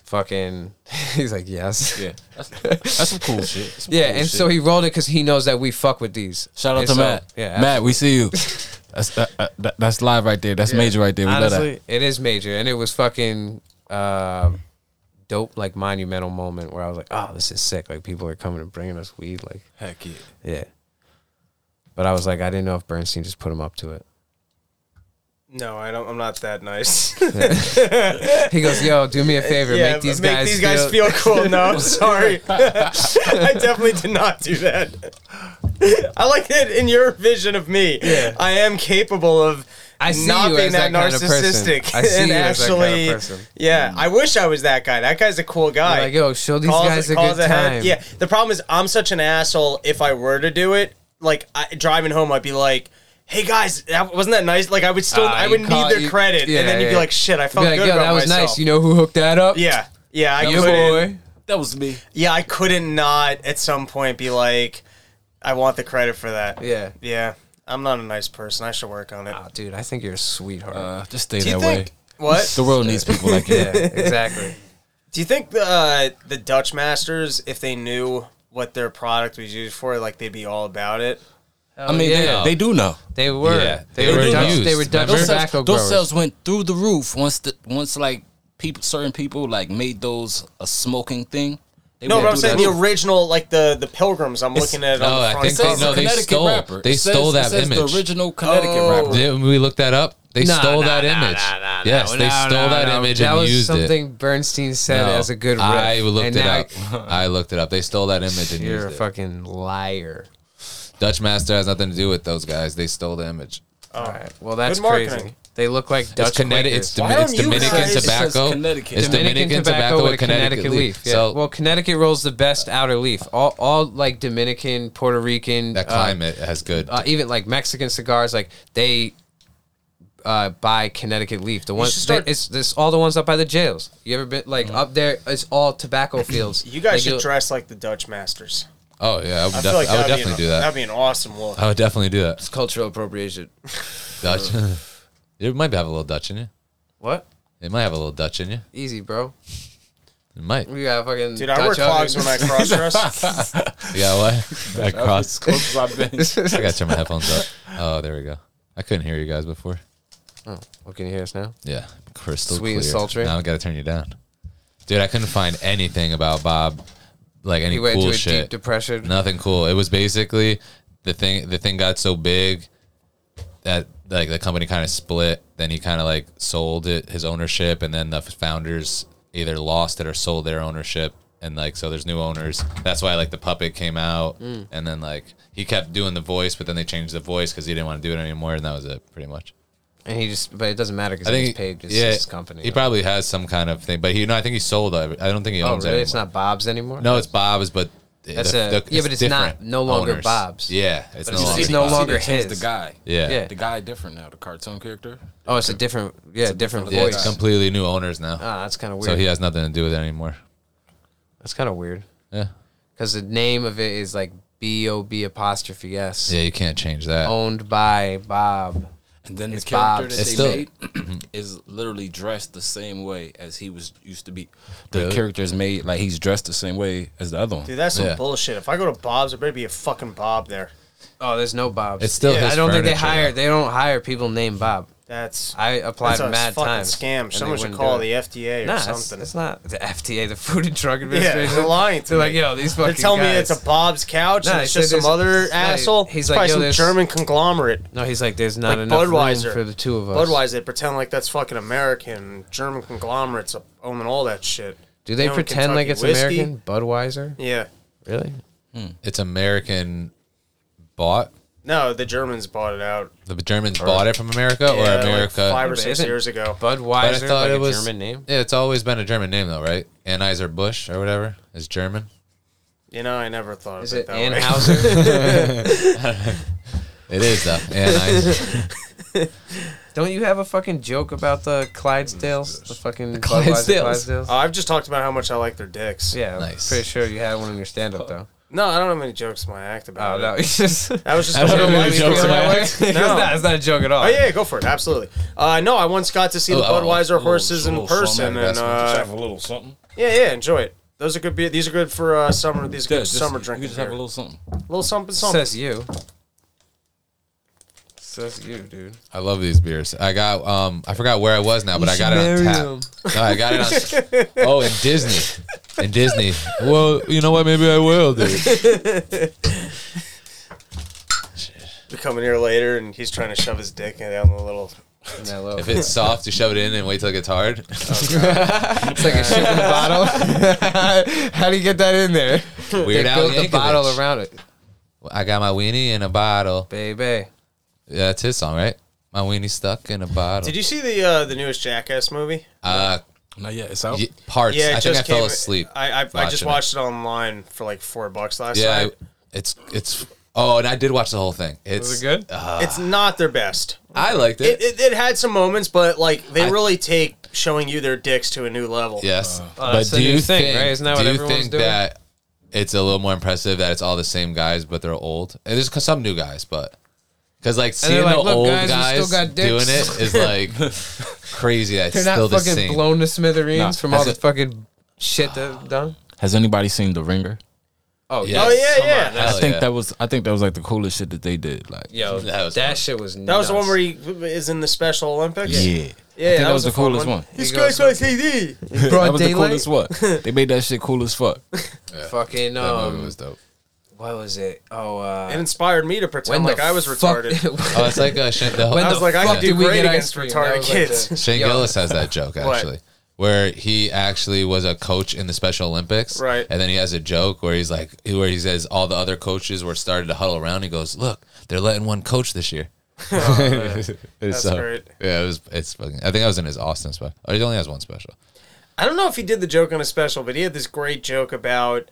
Fucking, [LAUGHS] he's like yes,
Yeah, that's, that's some cool shit. That's some
yeah,
cool
and
shit.
so he rolled it because he knows that we fuck with these.
shout out
And
to
so-
Matt.
Yeah,
Matt, we see you. That's that, uh, that, that's live right there. That's major right there. We love that.
honestly, it is major, and it was fucking uh, dope, like monumental moment where I was like, "Oh, this is sick!" Like people are coming and bringing us weed, like
Heck yeah.
yeah. But I was like, I didn't know if Bernstein just put him up to it.
No, I don't. I'm not that nice.
He goes, "Yo, do
[LAUGHS]
me a favor, make these
make
guys
these guys feel
[LAUGHS]
cool. No, I'm sorry. [LAUGHS] I definitely did not do that. [LAUGHS] I like it in your vision of me. I am capable of
I see
not
you
being
as
that,
that kind of person.
narcissistic.
I
[LAUGHS]
see
and
you as that kind of
actually,
person.
yeah, I wish I was that guy. That guy's a cool guy.
like, yo, show these
Calls-
guys a
calls
good
ahead.
time."
Yeah, the problem is I'm such an asshole. If I were to do it, like I, driving home, I'd be like. Hey guys, that, wasn't that nice? Like I would still,
Ah,
I
you
would need
call-
their
you-
credit,
yeah,
and then you'd be
yeah.
like, "Shit, I
Be
felt
like,
good
yo,
about
that was
myself."
nice. You know who hooked that up?
Yeah, yeah, I
your
couldn't-
boy.
That was me.
Yeah, I couldn't not at some point be like, I want the credit for that.
Yeah.
yeah. I'm not a nice person. I should work on it.
Ah.
Oh, dude, I think you're a sweetheart.
Uh, just stay
Do you
that
think
way.
what?
The world needs people like [LAUGHS] you.
yeah, exactly.
[LAUGHS] Do you think the uh, the Dutch masters, if they knew what their product was used for, like they'd be all about it?
I mean, they-
yeah.
they, do know.
They were.
Yeah,
they,
they
were
were
Dutch.
used.
They were Dutch
Those
tobacco
those
growers.
sales went through the roof once the once like people, certain people like made those a smoking thing. They
No,
went
but I'm
through
saying
that
the
roof.
original, like the the pilgrims. I'm looking at it on
no,
the
I
front.
think
cover.
they- no, they stole- they
It says-
stole
it
that
says
image.
The original Connecticut
Oh.
rapper.
Did we look that up? They
No,
stole
no,
that
no,
image.
no, no, no,
yes,
no,
they
no,
stole
no,
that
no.
image
that
and
was
used it.
something Bernstein said
No,
as a good riff.
I looked
and
it
now
up.
[LAUGHS]
I looked it up. They stole that image and
You're a
used it.
fucking liar.
Dutch Master has nothing to do with those guys. They stole the image.
All right. Well, that's
Oh, Good marketing.
crazy. They look like Dutch
It's Connecticut.
Quakers.
It's,
Why
Domin- it's
don't you
Dominican
guys- It
says
tobacco.
Connecticut.
It's Dominican, tobacco with Connecticut, leaf.
Yeah.
So
well, Connecticut rolls the best outer leaf. All, all like Dominican, Puerto Rican,
that
uh,
climate has good.
uh, even like Mexican cigars, like they uh, buy Connecticut leaf. The ones
should start- Mm.
they- it's this all the ones up by the jails. You ever been like up there? It's
[LAUGHS]
all tobacco fields.
You guys
Like,
should
you'll-
dress like the Dutch masters.
oh yeah, I would,
I
def-
feel like
I would
that'd be
definitely
an-
do that.
That'd be an awesome look.
I would definitely do that.
It's [LAUGHS] cultural appropriation.
Dutch. [LAUGHS] it might have a little Dutch in you.
What?
It might have a little Dutch in you.
Easy, bro.
It might.
We got fucking.
Dude, I wear clogs when I cross dress.
[LAUGHS] Yeah, what? I cross.
Close as
[LAUGHS]
I've been.
I gotta turn my headphones up. Oh, there we go. I couldn't hear you guys before.
Well, can you hear us now?
Yeah, crystal
Sweet
clear.
and sultry.
Now I gotta turn you down, dude. I couldn't find anything about Bob, like any
He went
cool
into a
shit.
deep depression.
Nothing cool. It was basically the thing. The thing got so big that like the company kind of split. Then he kind of like sold it his ownership, and then the founders either lost it or sold their ownership. And like so, there's new owners. That's why like the puppet came out,
Mm.
and then like he kept doing the voice, but then they changed the voice because he didn't want to do it anymore, and that was it, pretty much.
And he just, but it doesn't matter because
I
he's
think
paid his,
yeah,
his company.
He probably has some kind of thing, but he no, I think he sold. it. I don't think he
oh,
owns
really?
it.
It's not Bob's anymore.
No, it's Bob's, but
That's a- yeah, but it's not-
different
no longer
owners.
Bob's.
Yeah, it's no
it's-
longer.
it's no
Bob's.
longer
They changed
his.
The guy.
Yeah,
Yeah.
yeah,
The guy different now. The cartoon character.
Oh, it's a different, yeah, different
different
voice.
it's completely new owners now,
ah, that's kind of weird.
so he has nothing to do with it anymore.
that's kind of weird
Yeah,
because the name of it is like B O B apostrophe S, Oh.
yeah, you can't change that.
owned by Bob.
And then
It's
the character
Bob.
that
It's
they
still-
made [CLEARS THROAT] is literally dressed the same way as he was used to be. The
Really?
character's made like he's dressed the same way as the other one.
Dude, that's some
Yeah.
bullshit. If I go to Bob's, there better be a fucking Bob there.
Oh, there's no Bob's.
It's still his
I don't think they
furniture,
hire.
though.
They don't hire people named Bob.
That's
I applied
that's a
mad
fucking
times.
scam.
and they
Someone should
wouldn't
call
do
the
it.
FDA or
Nah, it's,
something.
it's not the FDA, the Food and Drug
[LAUGHS] yeah,
Administration.
they're lying to
They're
me.
like, yo, these
They're
fucking
telling me
guys.
it's a Bob's couch
Nah,
and
he
it's
said
just some
there's-
other
he's like-
asshole.
he's
It's
like,
probably
yo,
some
there's-
German conglomerate.
No, he's like, there's not
Like
enough room
Budweiser.
for the two of us.
Budweiser, they pretend like that's fucking American. German conglomerates own all that shit.
Do they
own
pretend like
Kentucky
it's
whiskey.
American? Budweiser?
Yeah.
Really?
It's American bought.
No, the Germans bought it out.
The Germans bought it from America
Yeah,
or
like
America.
five or
but
six
isn't
years ago.
But
Budweiser,
I thought
like
it was
a German name.
Yeah, it's always been a German name though, right? Anheuser Busch or whatever is German.
You know, I never thought
Is
of it,
it
that way.
Anheuser?
It is
[LAUGHS]
though. Anheuser.
don't you have a fucking joke about the Clydesdales? The fucking Budweiser
Clydesdales.
Clydesdales? Oh,
Uh, [LAUGHS] I've just talked about how much I like their dicks.
yeah,
Nice.
I'm pretty sure you had one in your stand up, though.
No, I don't have any jokes in my act
Oh,
about
no. [LAUGHS]
it.
It's just.
That was just.
I don't
a
have
joke.
any jokes in my
[LAUGHS] That way?
act.
Because
No.
no, it's not a joke at all.
Oh yeah, yeah, go for it. Absolutely. Uh, no, I once got to see the
Oh, oh,
Budweiser
little-
horses in
little
person,
Sean
and
investment.
Just
uh,
have a little something.
yeah, yeah, enjoy it. Those are good. Beer. These are good for uh, summer. These are
Yeah,
good
just-
summer
you
drinking.
could just have a
beer.
little something.
little something, something.
Says you. Says you, dude.
I love these beers. I got um I forgot where I was now, but I got it
should
on
marry
tap.
him.
No, I got it
[LAUGHS]
on Oh, in Disney. In Disney. Well, you know what? Maybe I will, dude.
We come in here later, and he's trying to shove his dick down the little.
And that [LAUGHS] little-
If it's soft, you shove it in and wait till it gets hard.
[LAUGHS] It's like a ship in a bottle. [LAUGHS] How do you get that in there?
Weird
they
Al
built the
Yankovic.
bottle around it,
I got my weenie in a bottle.
baby.
Yeah, that's his song, right? My weenie stuck in a bottle.
Did you see the uh, the newest Jackass movie?
uh,
No, yeah, it's out.
y- parts.
Yeah, it
I think
just
I fell
came-
asleep.
I I, I just
watching it.
watched it. online for like four bucks last
Yeah,
night.
I- it's it's. Oh, and I did watch the whole thing. It's
Was it good?
Uh,
it's not their best.
I liked it.
It, it, it had some moments, but like they
I-
really take showing you their dicks to a new level.
yes,
that's the
do
Uh, new
you
thing,
think?
right? Isn't that what
do you
everyone's
think
doing?
that it's a little more impressive that it's all the same guys, but they're old? And there's some new guys, but because like
And they're
seeing
like,
the
"Look,
old
guys, we
guys
still got
doing
dicks."
it is
[LAUGHS]
like crazy. That it's
They're not
still the
fucking
same.
blown to smithereens
Nah,
from all
has
the
it-
fucking shit they've done.
Has anybody seen The Ringer?
Oh
Yes.
Oh yeah, yeah.
Hell
I think
yeah.
that was I think that was like the coolest shit that they did. Like
Yo,
That
that,
was fun.
shit was.
That was the one where he is in the Special Olympics.
Yeah.
yeah,
I think that, was,
a
the
fun
coolest one.
This
He goes
guy's like TD.
that
broad
was
daylight.
the coolest one. They made that shit cool as fuck.
Fucking
That
um,
movie was dope.
what was it? Oh,
[LAUGHS] It
uh,
inspired me to pretend like
the
I was
fuck- [LAUGHS]
retarded.
Oh, it's like uh, Shane, the,
When
I
whole
was
the
like, I
fuck
could
did
do
we
great
get
against
ice cream? That
retarded
was like
kids. [LAUGHS]
the-
Shane
Yo.
Gillis has that joke
What?
actually, where he actually was a coach in the Special Olympics,
Right.
And then he has a joke where he's like, where he says all the other coaches were started to huddle around. He goes, "Look, they're letting one coach
[LAUGHS]
this year."
Oh,
[LAUGHS]
That's great.
Yeah, it was. It's fucking. I think I was in his Austin special. Oh, he only has one special.
I don't know if he did the joke on a special, but he had this great joke about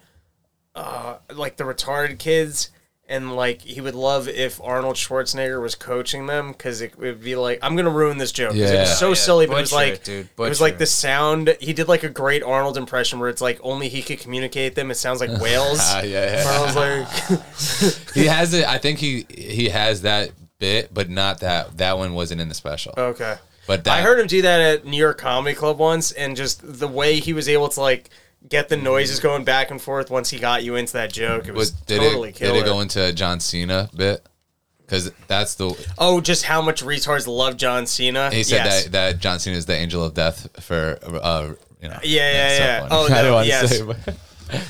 uh, like the retarded kids. And like he would love if Arnold Schwarzenegger was coaching them because it would be like I'm gonna ruin this joke. 'cause it
Yeah.
was so
Yeah,
silly, but it was
butcher it,
like
dude,
it was
butcher
like
it.
the sound. He did like a great Arnold impression where it's like only he could communicate them. It sounds
[LAUGHS]
like whales. Arnold's
[LAUGHS]
like
he has it. I think he he has that bit, but not that. That one wasn't in the special.
okay.
But that,
Uh, I heard him do that at New York Comedy Club once, and just the way he was able to like get the noises going back and forth once he got you into that joke, it was,
Was, did
totally
it?
killer.
Did it go into a John Cena bit? Because that's the
oh, just how much retards love John Cena.
He said
Yes.
that, that John Cena is the angel of death for uh, you know.
Yeah, yeah,
it's so
yeah.
funny.
Oh,
[LAUGHS] I
no,
don't want
yes.
to say. But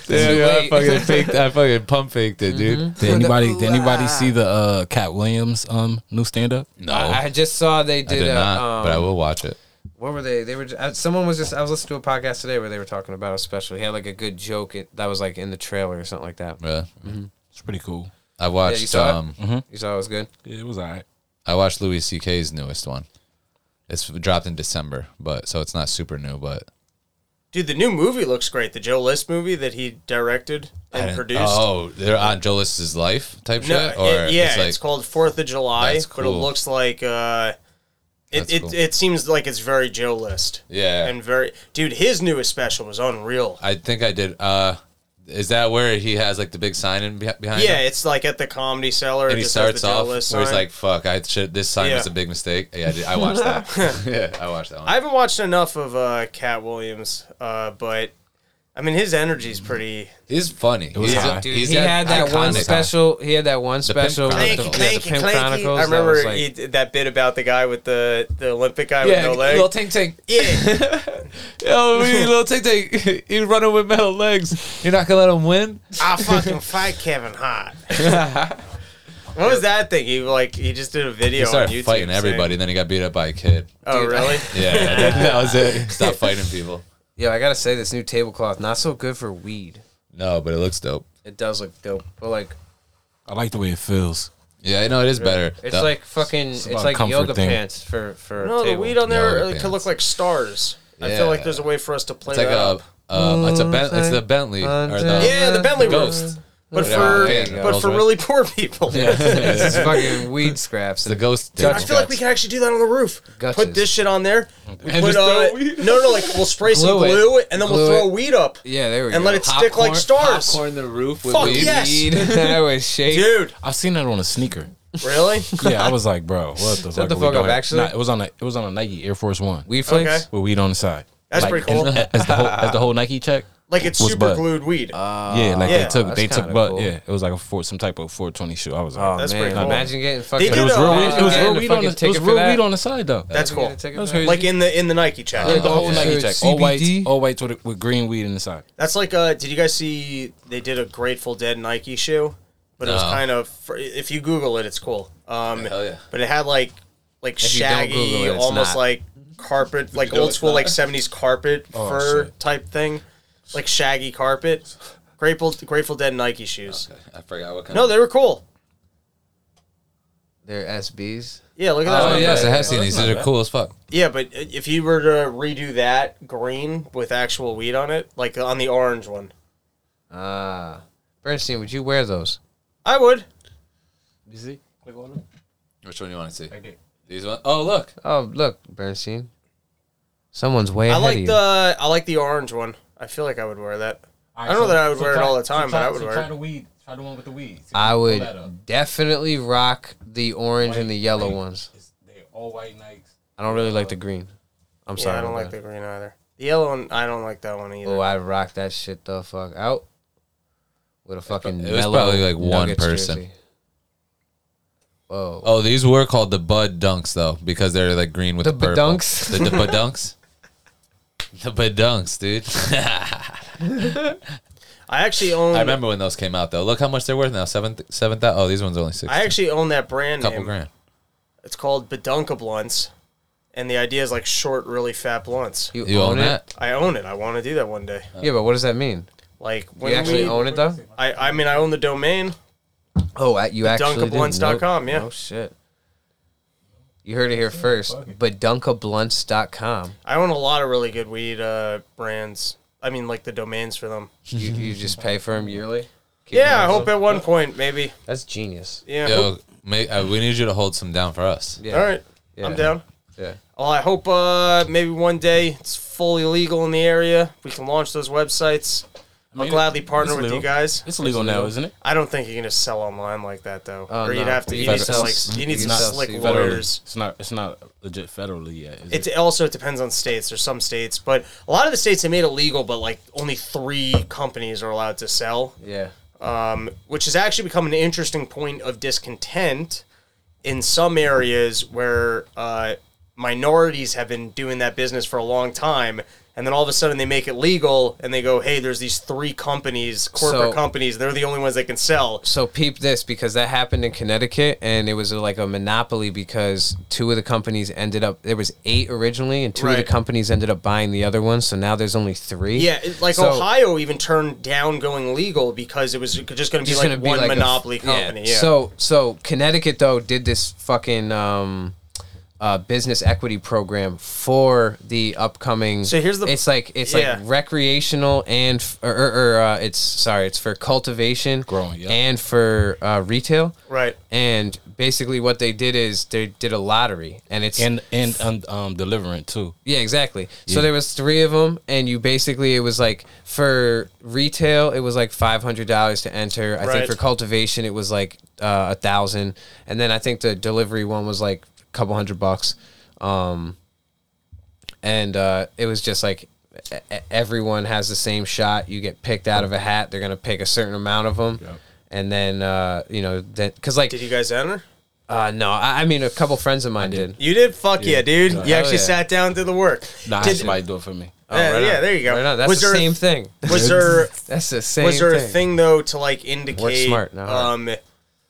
Dude, I [LAUGHS]
Wait.
fucking faked. I fucking pump faked it, dude.
Mm-hmm.
Did anybody did anybody see the uh, Cat Williams um new stand up?
No,
Oh, I, I just saw they did,
did,
a,
uh,
not.
um,
but I will watch it.
what were they? They were just, uh, someone was just. I was listening to a podcast today where they were talking about a special. He had like a good joke it, that was like in the trailer or something like that.
Really,
It's pretty cool.
I
Yeah, you
watched.
saw it?
um,
You saw it was good.
Yeah, it was alright.
I watched Louis C.K.'s newest one. It's dropped in December, but so it's not super new, but
Dude, the new movie looks great. The Joe List movie that he directed
I
and
didn't-
produced.
Oh, they're on Joe List's life type
No,
shit, or
it- yeah, it's,
it's like
called Fourth of July,
That's
but it
cool.
looks like uh, it
That's
it,
cool.
it seems like it's very Joe List
yeah.
and very dude. His newest special was unreal.
I think I did. Uh, Is that where he has like the big sign in beh- behind?
Yeah,
him?
it's like at the comedy cellar.
and
it
he
just has
starts
the
off where
Jello
he's
sign.
like, "Fuck, I should." This sign
Yeah.
was a big mistake. Yeah, I, did, I
[LAUGHS]
watched that. yeah, I watched that one.
I haven't watched enough of uh, Cat Williams, uh, but I mean his energy's pretty.
he's funny.
Uh, He's
he's
hot,
a-
dude.
he's
he had that one
iconic-
special. He had that one
Pimp
special. with
Chronicle.
the-
Clanky,
yeah, the Pimp Chronicles.
I
that
remember
was, like- [LAUGHS]
he did that bit about the guy with the the Olympic guy
Yeah,
with no leg.
little tank tank.
yeah,
[LAUGHS]
Yo, little tank tank. He's running with metal legs. You're not gonna let him win.
I'll fucking fight Kevin
[LAUGHS]
Hart. what was that thing? He like he just did a video
He
on YouTube
started fighting
saying-
everybody, then he got beat up by a kid.
[LAUGHS] oh
[LAUGHS]
really?
Yeah,
[LAUGHS]
that was it. Stop fighting people.
Yo, I gotta say this new tablecloth not so good for weed.
No, but it looks dope.
It does look dope, but like
I like the way it feels.
Yeah, I know it is better.
it's
The-
like fucking. It's,
about
like
comfort
yoga
thing.
pants for for a
No, the
table.
weed on there
No,
uh,
it
could look
bans.
like stars. I feel
Yeah.
like there's a way for us to play
it's like
that up.
a um, it's a ben- it's the Bentley or the
Yeah, the Bentley
Ghost. [LAUGHS]
roast. But
Yeah,
for
yeah, yeah.
but for
Rolls-Royce.
really poor people.
it's just fucking weed scraps.
It's
[LAUGHS]
the ghost.
[LAUGHS] I feel like we can actually do that on the roof.
Guts
Put
is-
this shit on there. We
And
put
just throw
uh,
weed.
no, no, like we'll spray some
Glue it.
glue and then we'll
Glue
throw
it.
weed up.
yeah, there we
and
go.
let it stick like stars.
Popcorn the roof with
Fuck
weed.
yes.
[LAUGHS] that was shake.
Dude,
I've seen that on a sneaker.
really?
Yeah, I was like, bro, what the fuck?
the
are we
fuck up,
doing?
actually.
Nah, it was on a it was on a Nike Air Force One
Weed flakes.
Okay.
with weed on the side.
That's pretty cool.
As, as the whole as the whole Nike check.
Like it's
Was
super
bud.
glued weed.
yeah, like
yeah.
they took
That's
they took
kinda
but
cool.
yeah, it was like a four some type of 420 shoe. I was
Oh
like,
That's
man,
pretty cool.
imagine getting fucking.
did
it was
a-
real
Oh,
weed. It was
yeah.
real
Getting a
weed on
fucking
the it
ticket
was
for
real
that.
weed on the side though.
That's cool.
That's crazy.
Like in the in the Nike check.
yeah, the whole
yeah.
Nike
Dude,
check, all white,
CBD?
all white with, with green weed in the side.
That's like uh did you guys see they did a Grateful Dead Nike shoe? But it was
No.
kind of fr- if you Google it, it's cool. Um
Hell yeah.
but it had like like
you don't
shaggy,
Google it, it's
almost
not.
like carpet, like
you know
old
it's
school,
not.
like seventies carpet
Oh,
fur
shit.
type thing, like shaggy
[LAUGHS]
carpet. Grateful Grateful Dead Nike shoes.
I forgot what kind.
No, they were cool.
They're SBs.
Yeah, look at that.
Oh
one.
yes, I have seen these. These are cool as fuck.
Yeah, but i- if you were to redo that green with actual weed on it, like on the orange one,
Ah, Bernstein, would you wear those?
I would.
You see? Click on them.
Which one do you want to see? These one. Oh look,
Oh, look, Bernstein. Someone's way
I
ahead of
like
you.
the I like the orange one. I feel like I would wear that. I don't know that I would wear it all the time, but I would wear it.
the weed. Try the one with the weed.
I would definitely rock the orange and the yellow ones.
They all white Nikes.
I don't really like the green. I'm
Yeah,
sorry.
I don't
about
like
that.
the green either. The yellow one, I don't like that one either.
Oh, I rock that shit the fuck out with a fucking.
it was
mellow
probably, like, one
Nuggets
person.
jersey. Whoa.
Oh, these were called the Bud Dunks though, because they're like green with
The
the, purple.
Bedunks?
The, the Bedunks. The Bedunks,
[LAUGHS]
dude.
I actually own.
I remember when those came out though. Look how much they're worth now. Seven, seven thousand. Oh, these ones are only six.
I actually own that brand
couple
name.
grand.
It's called Bedunka Blunts, and the idea is like short, really fat blunts.
You own that?
I own it. I want to do that one day.
Yeah, but what does that mean?
Like
You
when
actually
we,
own it though?
I I mean I own the domain.
Oh, at you actually do.
Dunkablunts.com, yeah.
Oh shit. You heard it here first. But dunkablunts.com.
I own a lot of really good weed uh, brands. I mean like the domains for them.
You, you just pay for them yearly. Keep
Yeah, I
them
hope
up.
at one point maybe.
That's genius.
Yeah.
Yo, make, uh, we need you to hold some down for us.
Yeah.
All right.
Yeah.
I'm down.
Yeah.
Well, I hope uh, maybe one day it's fully legal in the area. We can launch those websites. I'll
mean,
gladly partner
it's
with you
legal.
guys.
It's legal now, isn't it?
I don't think you're gonna sell online like that though.
Oh,
or you'd
no.
have to.
You
You,
gotta
need some
sell-
like s- you need
you
some
gotta
slick
sell-
lawyers.
It's not. It's not legit federally yet. Is
It
it?
also depends on states. There's some states, but a lot of the states they made it legal, but like only three companies are allowed to sell.
Yeah.
which has actually become an interesting point of discontent in some areas where uh, minorities have been doing that business for a long time. And then all of a sudden they make it legal and they go, hey, there's these three companies, corporate
So-
companies. They're the only ones that can sell.
So peep this because that happened in Connecticut and it was uh, like a monopoly because two of the companies ended up there was eight originally and two of the
Right.
companies ended up buying the other one so now there's only 3.
Yeah, it- like
So-
Ohio even turned down going legal because it was just going to be
just
like
gonna be
one
like a-
monopoly company. Yeah.
So so Connecticut though did this fucking um uh, business equity program for the upcoming.
So here's the-
It's like it's
yeah.
like recreational and f- or, or, or uh, it's sorry, it's for cultivation,
Growing, yeah.
and for uh, retail,
Right.
And basically, what they did is they did a lottery, and it's
and and um, um delivering too.
yeah, exactly. So there was three of them, and you basically it was like for retail, it was like five hundred dollars to enter. I
Right.
think for cultivation, it was like uh, a thousand, and then I think the delivery one was like a couple hundred bucks. Um, and uh, it was just like e- e- everyone has the same shot. You get picked out of a hat. They're gonna pick a certain amount of them, and then uh, you know that because like
Did you guys enter?
uh, no, I, I mean a couple friends of mine did.
You did? Fuck yeah, dude. You
Hell
actually
yeah.
sat down and did the work.
Nah,
Did-
somebody do it for me.
Oh,
yeah,
right
yeah,
on.
there you go.
Right on. That's
Was
the
there-
same thing.
Was there
That's the same.
was there
thing.
a thing though to like indicate
smart, not hard.
um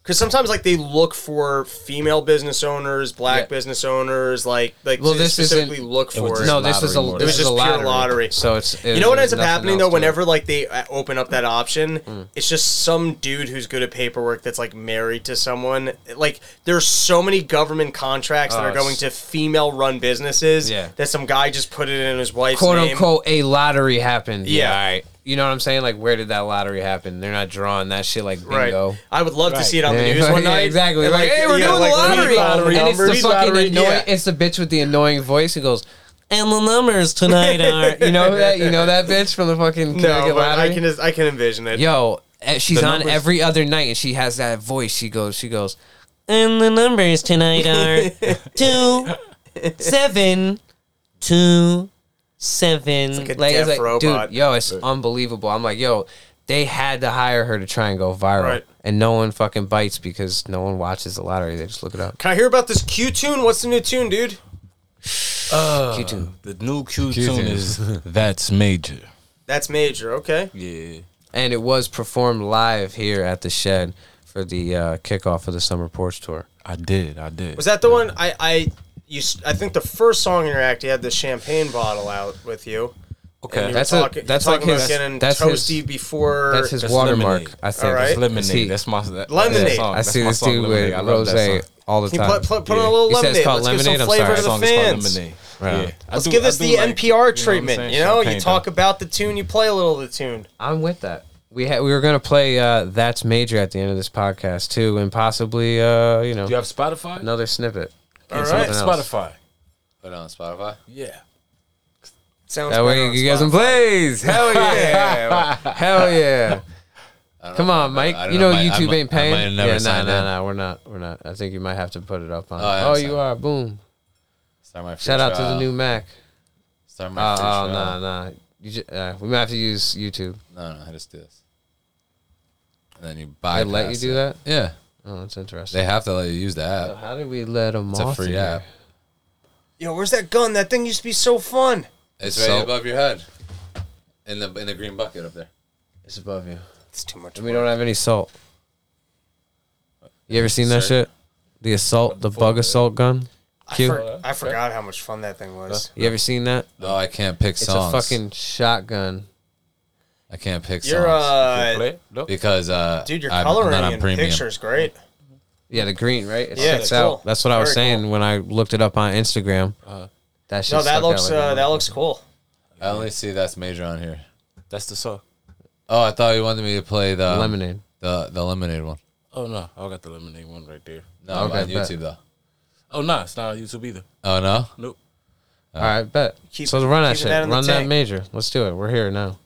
because sometimes like they look for female business owners, black
Yeah.
business owners, like like
Well,
they
this isn't-
specifically look for
was
it.
just
No, this was a
lottery
this
was
was
just
a
pure
lottery.
lottery.
So it's it
you know what ends
was
up
nothing
happening
else
though
to it. Mm.
whenever like they uh, open up that option it's just some dude who's good at paperwork that's like married to someone like there's so many government contracts that
Oh,
are going
it's-
to female run businesses
Yeah.
that some guy just put it in his wife's
quote
name.
unquote a lottery happened. Yeah,
Yeah.
all right. You know what I'm saying? Like where did that lottery happen? They're not drawing that shit like
Right.
bingo.
I would love to see it on
Yeah,
the news one
[LAUGHS] yeah,
night.
exactly.
And,
Like, hey, we're
you know,
doing
like,
the lottery,
lottery
and it's the
numbers,
fucking
lottery-
annoying.
yeah.
It's the bitch with the annoying voice who goes, "And the
[LAUGHS]
numbers tonight are." you know that? You know that bitch from the fucking
No,
Connecticut
but I
lottery?
can just, I can envision it.
Yo, eh, she's
The
on
numbers-
every other night, and she has that voice. She goes, she goes, and the numbers tonight are two, seven, two, seven. It's
like a deaf robot.
dude, yo, it's unbelievable. I'm like, yo, they had to hire her to try and go viral,
Right.
and no one fucking bites because no one watches the lottery. They just look it up.
Can I hear about this Q tune? What's the new tune, dude?
YouTube.
The new Q
Q-tune.
tune is that's major.
That's major. Okay.
Yeah,
And it was performed live here at the shed for the uh, kickoff of the summer porch tour.
I did. I did.
Was that the one I I you s- I think the first song in your act you had the champagne bottle out with you.
Okay.
And you were
That's a-
talking-
that's
talking
like his-
about getting
that's his-
toasty before
That's his
That's
watermark,
lemonade.
I think.
All right.
It's lemonade.
See,
that's my that,
Lemonade.
That song.
I
Oh, That's
see
my
this
song,
dude
Lemonade.
with
I love that
rose
song.
all the
Can
time.
you put, put, put on
Yeah.
a little
He says
lemonade.
it's called
Let's give some
lemonade, I'm
flavor
sorry.
That
to the
song is called
fans.
Lemonade.
Right.
Yeah. I
Let's
do-
give
I
this
do
the
like- you know what
NPR
I'm
treatment.
saying?
You know, you
Champagne,
talk
though.
about the tune, you play a little of the tune.
I'm with that. We had we were gonna play uh, that's major at the end of this podcast too, and possibly uh, you know
Do you have Spotify?
another snippet.
All
It's
right.
something else.
Spotify.
Put it on Spotify.
Yeah.
Sounds
That
better
way
on
you get some
Spotify.
plays. Hell yeah! [LAUGHS] Hell yeah! Come on, Mike.
I don't
You know,
know, I might-
YouTube
I
ain't
might- I
paying.
might have never
yeah, nah,
signed
nah,
in.
nah. We're not. We're not. I think you might have to put it up on.
Oh, I
Oh,
haven't
you
signed.
are. Boom.
Start my free
Shout out to the
trial.
new Mac.
Start
Oh,
my
uh,
free
oh
trial.
nah, nah. You just, uh, we might have to use YouTube.
No, no, I just do this. And then you
They
bypass.
let you do
it.
that.
Yeah,
Oh, that's interesting.
they have to let you use the app.
How did we let them
It's
off?
a free
here?
app.
Yo, where's that gun? That thing used to be so fun.
It's
So-
right above your head, in the in the green bucket up there.
It's above you.
It's too much.
And we don't have any salt. You ever seen that
Sir?
shit? The assault, the bug assault gun.
I,
Q.
for, I forgot how much fun that thing was.
You ever seen that?
No, I can't pick
It's
songs.
a fucking shotgun.
I can't pick
You're
songs
uh,
Play it? No.
because uh,
Dude, your
I'm
coloring
not on
and
premium.
pictures great.
Yeah, the green, right? It
Yeah,
sticks
it's
out.
cool.
That's what I was
Very
saying when I looked it up on Instagram.
Uh,
that shit.
No, that
stuck out
looks
like a
uh, that
motherfucker.
looks cool.
I only see that's major on here.
That's the song.
Oh, I thought you wanted me to play the
lemonade.
the the lemonade one.
Oh no, I got the lemonade one right there.
No,
Okay,
on
bet.
YouTube though.
Oh no, it's not on YouTube either.
Oh no,
Nope.
uh.
All right, bet.
Keep-
so run that
keep
shit.
that in the
run that
tank.
major. Let's do it. We're here now.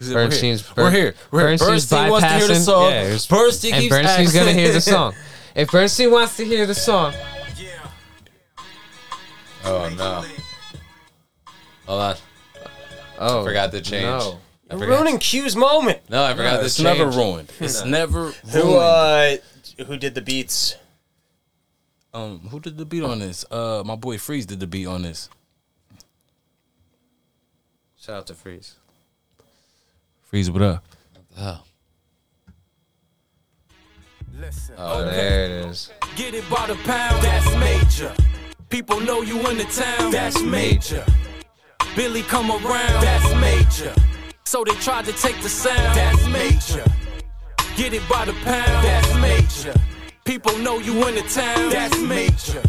We're
Bernstein's.
here. We're here. We're here.
Bernstein's
Bernstein wants to hear the
bypassing-
song.
Yeah, there's-
Bernstein
and
keeps
Bernstein's gonna
asking- [LAUGHS]
hear the song. If Bernstein wants to hear the song,
oh no. Hold on,
oh,
forgot the change.
No.
I
You're
forgot.
ruining Q's moment.
No, I forgot the
It's
change.
never ruined. It's never ruined.
Who uh, who did the beats?
um, who did the beat on this? Uh, my boy Freeze did the beat on this.
Shout out to Freeze.
Freeze, what up?
Oh.
Oh, there it is.
Get it by the pound, that's major. People know you in the town, that's major. Billy come around, that's major. So they tried to take the sound, that's major. Get it by the pound, that's major. People know you in the town, that's major.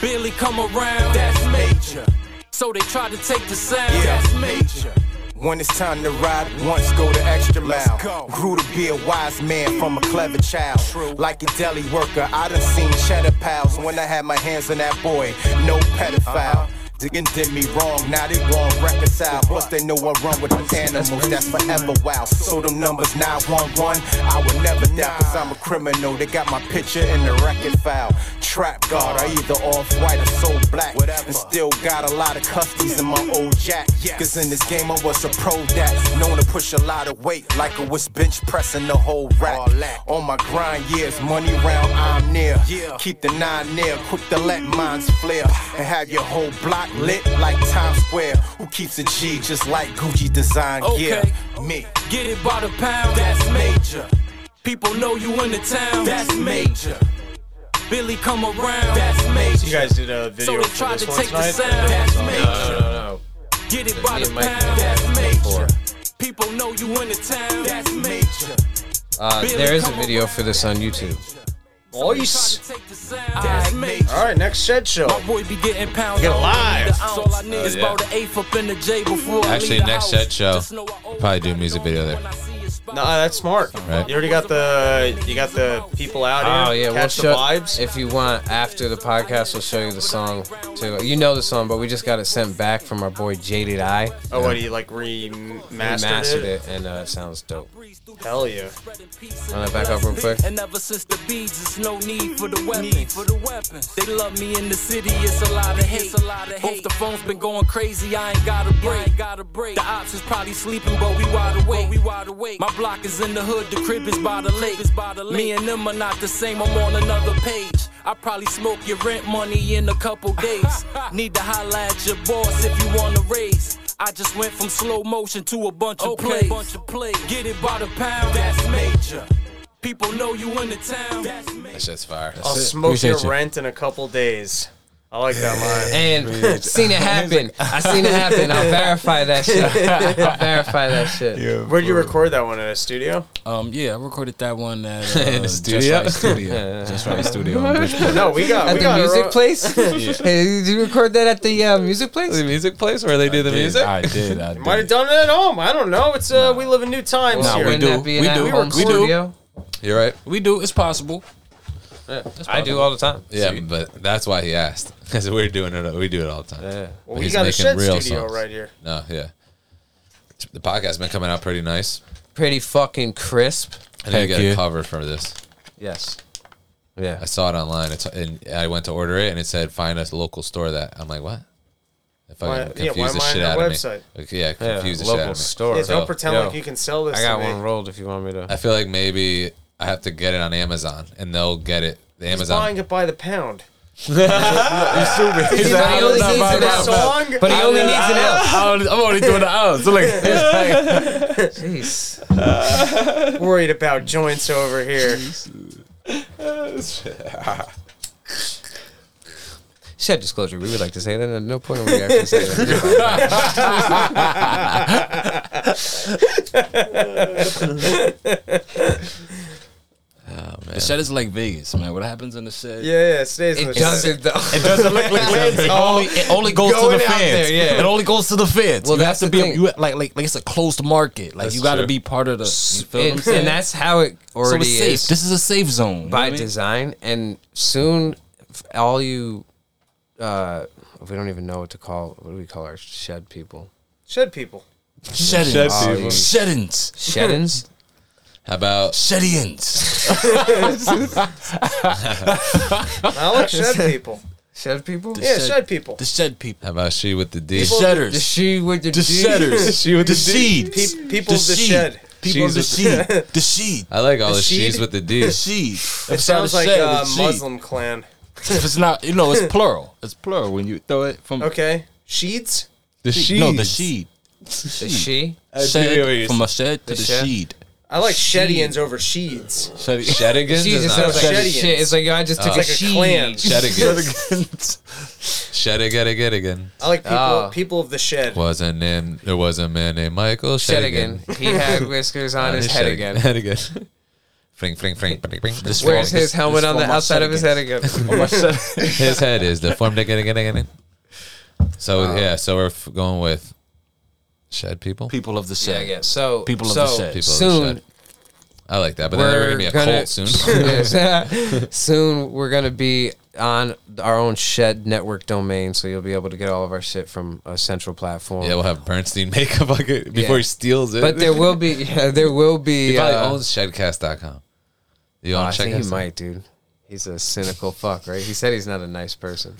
Billy come around. That's major. So they try to take the sound. That's major.
When it's time to ride, once go the extra mile. Grew to be a wise man from a clever child. Like a deli worker, I done seen cheddar pals when I had my hands on that boy. No pedophile. Diggin' did me wrong, now they won't reconcile. Plus, they know I run with the animals, that's forever wild. So, them numbers 911, I will never die, cause I'm a criminal. They got my picture in the record file. Trap guard, I either off white or so black. And still got a lot of custies in my old jack. Cause in this game, I was a pro that known to push a lot of weight, like I was bench pressing the whole rack. On my grind, years, money round, I'm near. Keep the nine near, quick to let mines flare. And have your whole block lit like Times Square. Who keeps a G just like Gucci design?
Okay.
Yeah, me.
Get it by the pound, that's major. People know you in the town, that's major. Billy come around, that's major.
You guys did a
so
video
they
for
tried to
this one
take the
tonight.
sound, that's major.
no,
Get it by
me
the
and Mike
pound,
did
that's
before.
major. People know you in the town, that's major.
Uh, there is a video for this on YouTube.
Voice.
Try to take the sound, that's major.
All right, next shed show.
My boy be getting pounds.
Get
I don't
alive.
need the ounce. All I need is
yeah.
about an eighth up in the J before I
Actually,
leave the
next
house.
set show,
Just know I always
probably do
got it
music
on
video there.
when I see a spot.
Nah, that's smart.
Right.
You already got the you got the people out here.
Oh yeah, we'll
catch
show-
the vibes.
If you want, after the podcast, we'll show you the song too. You know the song, but we just got it sent back from our boy Jaded Eye.
oh, what he like remastered
Mastered,
mastered it?
it, and uh, it sounds dope.
Hell yeah.
Run it back up real quick.
And ever since the beads, it's no need for the weapons. For the weapons. They love me in the city, it's a lot of hate. It's a lot of hate. Both the phone's been going crazy, I ain't got a break. got a break. The ops is probably sleeping, but we wide awake. We wide awake. My block is in the hood, the crib is by the lake. Is by the lake. Me and them are not the same, I'm on another page. I probably smoke your rent money in a [LAUGHS] couple days. Need to holla at your boss if you wanna raise. I just went from slow motion to a bunch of plays. Bunch of plays. Get it by the pound, that's major. People know you in the town. That's major.
That shit's fire.
I'll smoke
Appreciate
your
you.
rent in a couple days. I like that line.
[LAUGHS] And seen it happen. I seen it happen. [LAUGHS] I'll verify that shit. I'll verify that shit.
Where'd you record that one in a studio?
Um, yeah, I recorded that one at uh, in
the
the
studio?
studio. Just Right Studio. Just Right Studio. in Bridgeport.
No, we got
At
we
the
got our
music
own-
[LAUGHS] place? Hey, did you record that at the uh, music place?
The music place where they do the music.
I did. I
Might have
did.
done it at home. I don't know. It's uh, we live in new times
Nah,
here.
we
Wouldn't
do.
that be an
We do.
at-home
We do.
studio?
You're right.
We do. It's possible.
I do all the time.
Yeah,
See?
but that's why he asked [LAUGHS] because we're doing it. We do it all the time.
Yeah.
Well,
But
we
he's
got a
making
shed
real
studio
songs.
right here.
No, yeah. The podcast's been coming out pretty nice.
Pretty fucking crisp.
I need to
Heck
get a
yeah.
cover for this.
Yes. Yeah.
I saw it online. It's, and I went to order it, and it said find a local store that. I'm like, what? If
Why-
I
yeah,
confuse
why
the
am I
shit
on
out
their
of
website?
me. Like, yeah,
Yeah,
confuse the shit out
local
of me.
store.
Yeah,
So-
don't pretend
Yo.
like you can sell this.
I got
to me.
one rolled if you want me to.
I feel like maybe I have to get it on Amazon, and they'll get it. The
He's
Amazon.
buying it by the pound.
But he only needs an
This
ounce.
song.
But he only needs an ounce.
I'm only doing the hours. So like, [LAUGHS]
Jeez.
worried about joints over here.
Shed disclosure. We would like to say that. At no point are we actually saying that.
the shed is like Vegas, man. What happens in the shed?
Yeah, yeah, it stays in the
[LAUGHS] It doesn't though.
It doesn't look like it only, it only goes to
going
the
out
fans.
there, yeah.
It only goes to the fans.
Well,
you
that's
have to
the
be
thing.
you ha- like, like like it's a closed market. Like you got to
true.
be part of the. You feel what I'm
And,
saying?
and that's how it
so
already
it's safe.
is
This is a safe zone you know what
by
I mean?
design. And soon, f- all you, uh, we don't even know what to call. What do we call our shed people?
Shed people.
Sheddings.
people.
Sheddings.
Sheddins.
How about
Shedians.
I like shed people.
[LAUGHS] Shed people.
Yeah,
shed-
shed people.
The shed people.
how about she with the D?
The
The
shedders.
she with the,
The
G.
shedders.
[LAUGHS]
She with
The
the D.
sheed.
Pe- people of the shed.
People of the
She's with
sheed.
[LAUGHS]
The sheed.
I like all the, she's
sheed?
with
[LAUGHS]
the D.
The sheed.
It sounds like
uh,
a Muslim clan.
If it's not, you know, [LAUGHS] it's plural. It's plural when you throw it from.
Okay, sheeds.
The
sheed. No, Oh, the sheed.
The she.
Shed, from a shed to the, [LAUGHS]
shed?
sheed.
I like shedians over sheeds.
Shedi-
Shedigans.
She
is
just
not-
sounds like
Shedians.
shit. It's like yo, I just
It's
took
like
she.
a clan. [LAUGHS]
Shedigans. Shedigedigedigan.
I like people.
Oh.
People of the shed.
Was a name. There was a man named Michael
Shedigan.
Uh, Shedigan.
He had whiskers on his head again.
Head again. [LAUGHS] Fring, fring, fring, fring, fring.
Just
Where's
Well,
his
this-
helmet
this
on
is
the
for my
outside of his head again?
[LAUGHS]
On my side.
His head is the form. So yeah, so we're f- going with shed people.
People of the
Yeah,
shed.
yeah. [LAUGHS] So
People of
so
the shed.
People of the
soon
shed. I like that, but then we're
we're
gonna be a
gonna
cult
[LAUGHS]
soon.
soon. we're gonna be on our own shed network domain, so you'll be able to get all of our shit from a central
[LAUGHS]
platform.
yeah, we'll [LAUGHS] have Bernstein make a bucket before he steals it.
but there will be yeah, there will be.
he probably
uh,
owns shedcast.com. You
oh,
own
I think he
shedcast?
might, dude. He's a cynical fuck, right? He said he's not a nice person.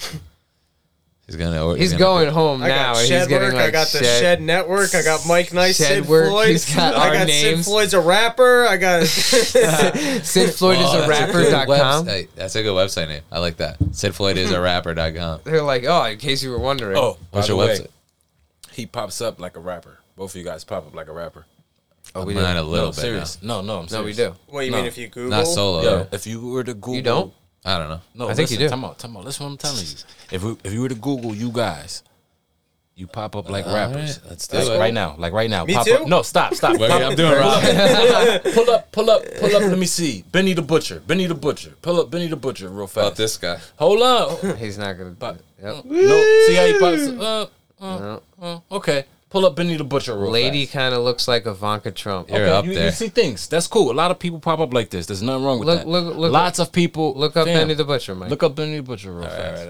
He's gonna. or
He's
gonna-
going home
I
now,
got
and he's
Shed
getting
Work,
like
I got the Shed Network, I got Mike Nice,
Shed
Sid
Work,
Floyd.
he's
[LAUGHS]
got
I
our
got
names.
Sid Floyd's a rapper. I
[LAUGHS]
got [LAUGHS]
Sid Floyd is
Oh,
a
that's good
rapper.com.
website. That's a good website name. I like that. Sid Floyd
[LAUGHS]
is a rapper.com.
They're like, oh, in case you were wondering.
Oh,
What's
by
your
the way,
website?
He pops up like a rapper. Both of you guys pop up like a rapper.
oh we
Mine a
do.
little
no,
bit.
serious. No, no, I'm
No, we
serious.
do.
what do you
No.
mean if you Google?
Now. Not solo.
Yo,
though.
if you were to Google,
You don't?
I don't know.
No,
I think you
listen,
do.
Time out, time out. Listen, what I'm telling you. If we, if you were to Google, you guys, you pop up like rappers.
right, let's do
Like
it.
right now, like right now.
Me
pop
too?
Up. No, stop, stop.
Wait,
Pop
I'm
up.
doing Robin.
pull up, pull up, pull up, pull up. Let me see. Benny the Butcher. Benny the Butcher. Pull up Benny the Butcher real
About
fast.
this guy.
Hold on.
He's not gonna.
Pop.
Yep.
no, see how he pops up. Uh, uh,
No.
uh, okay. Pull up Benny the Butcher real
Lady
fast.
kind of looks like Ivanka Trump.
You're
Okay,
up
you,
there.
you see things. That's cool. A lot of people pop up like this. There's nothing wrong with
Look-
that.
look- look-
Lots of people
Oh, Look up
Damn.
Benny the Butcher, Mike.
Look up Benny the Butcher real fast.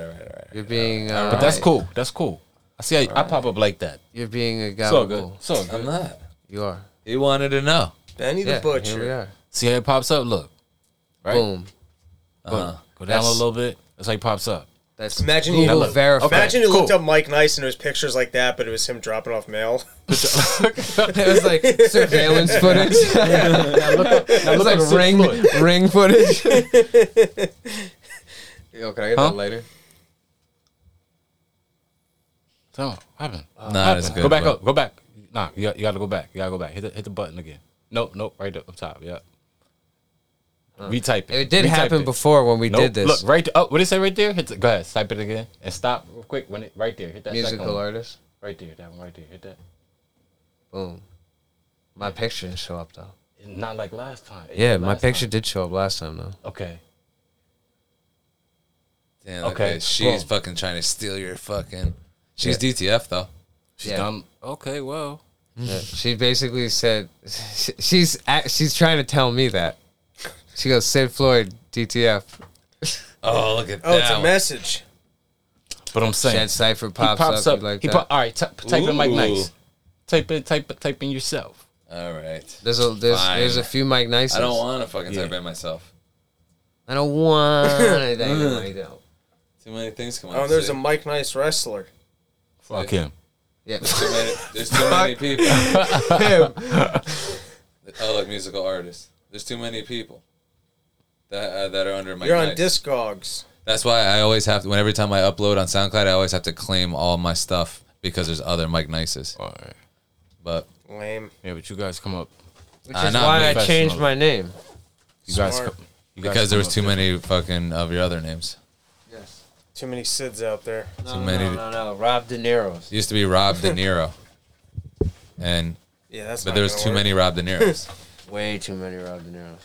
you're being. Uh,
But that's cool. That's cool. I see. I, I pop up like that.
You're being a guy.
So good. So good.
I'm not.
You are.
He wanted to know.
Benny
Yeah,
the Butcher.
Here we are.
See how it pops up. Look. Right.
Boom.
Go- Go down
That's-
a little bit. That's how it pops up.
That's
Imagine you
Google
look-
verified.
Imagine
[LAUGHS]
you
cool.
looked up Mike Nice and it was pictures like that, but it was him dropping off mail. [LAUGHS]
it was like surveillance footage. [LAUGHS]
[LAUGHS]
it was like ring
[LAUGHS]
ring footage. Yo, can I get
Huh?
that later?
So what happened?
Nah, that's good.
go back
bro.
up. Go back. Nah, you got, you got to go back. You got to go back. Hit the, hit the button again. Nope, nope. Right up top. Yeah. Retype it.
It did
Retype
happen
it.
before when we
Nope.
did this.
Look right. Up. what did it say right there? Hit the, go ahead. Type it again and stop real quick. When it right there. Hit that second
Musical
one.
artist.
Right there. That one right there. Hit that.
Boom. My picture didn't show up though.
Not like last time. It
Yeah,
did
my
last
picture
time.
did show up last time though.
Okay.
Damn, okay.
Okay,
She's
cool.
fucking trying to steal your fucking. She's DTF though.
She's
Yeah.
done. Okay. Well.
Yeah, she basically said [LAUGHS] she's act- she's trying to tell me that. She goes, Sid Floyd, DTF,
Oh, look at
Oh, it's a
that. one.
message.
But I'm saying.
Chad Cipher
He
pops, up, you like
he
that.
pop, all right, t- type in Mike
Ooh.
Nice. Type in, type, type in yourself.
All right.
there's a there's,
Fine.
there's a few Mike Nices.
I don't want to fucking type in myself.
I don't want anything like that.
Too many things come on.
Oh, there's a
Sid.
Mike Nice wrestler.
Fuck him.
Yeah,
Too many- There's too many people. Oh, look, musical artist. There's too many people that uh, that are under my.
You're on
guidance.
Discogs.
That's why I always have to. Whenever time I upload on SoundCloud, I always have to claim all my stuff because there's other Mike Nices.
All right.
But
Lame.
Yeah, but you guys come up.
[LAUGHS] which
I
is
know,
why
I'm
I changed my name.
You guys,
Smart.
come, you guys
because there
come
was
up
too
with-
many fucking of your other names.
Yes.
Too many Sids out there.
No,
Too
no,
many-
no, no, Rob De Niro's.
It used to be Rob De Niro, and
Yeah, that's.
but
not
there was
gonna
too
work.
many Rob De Niros.
Way too many Rob De Niro's.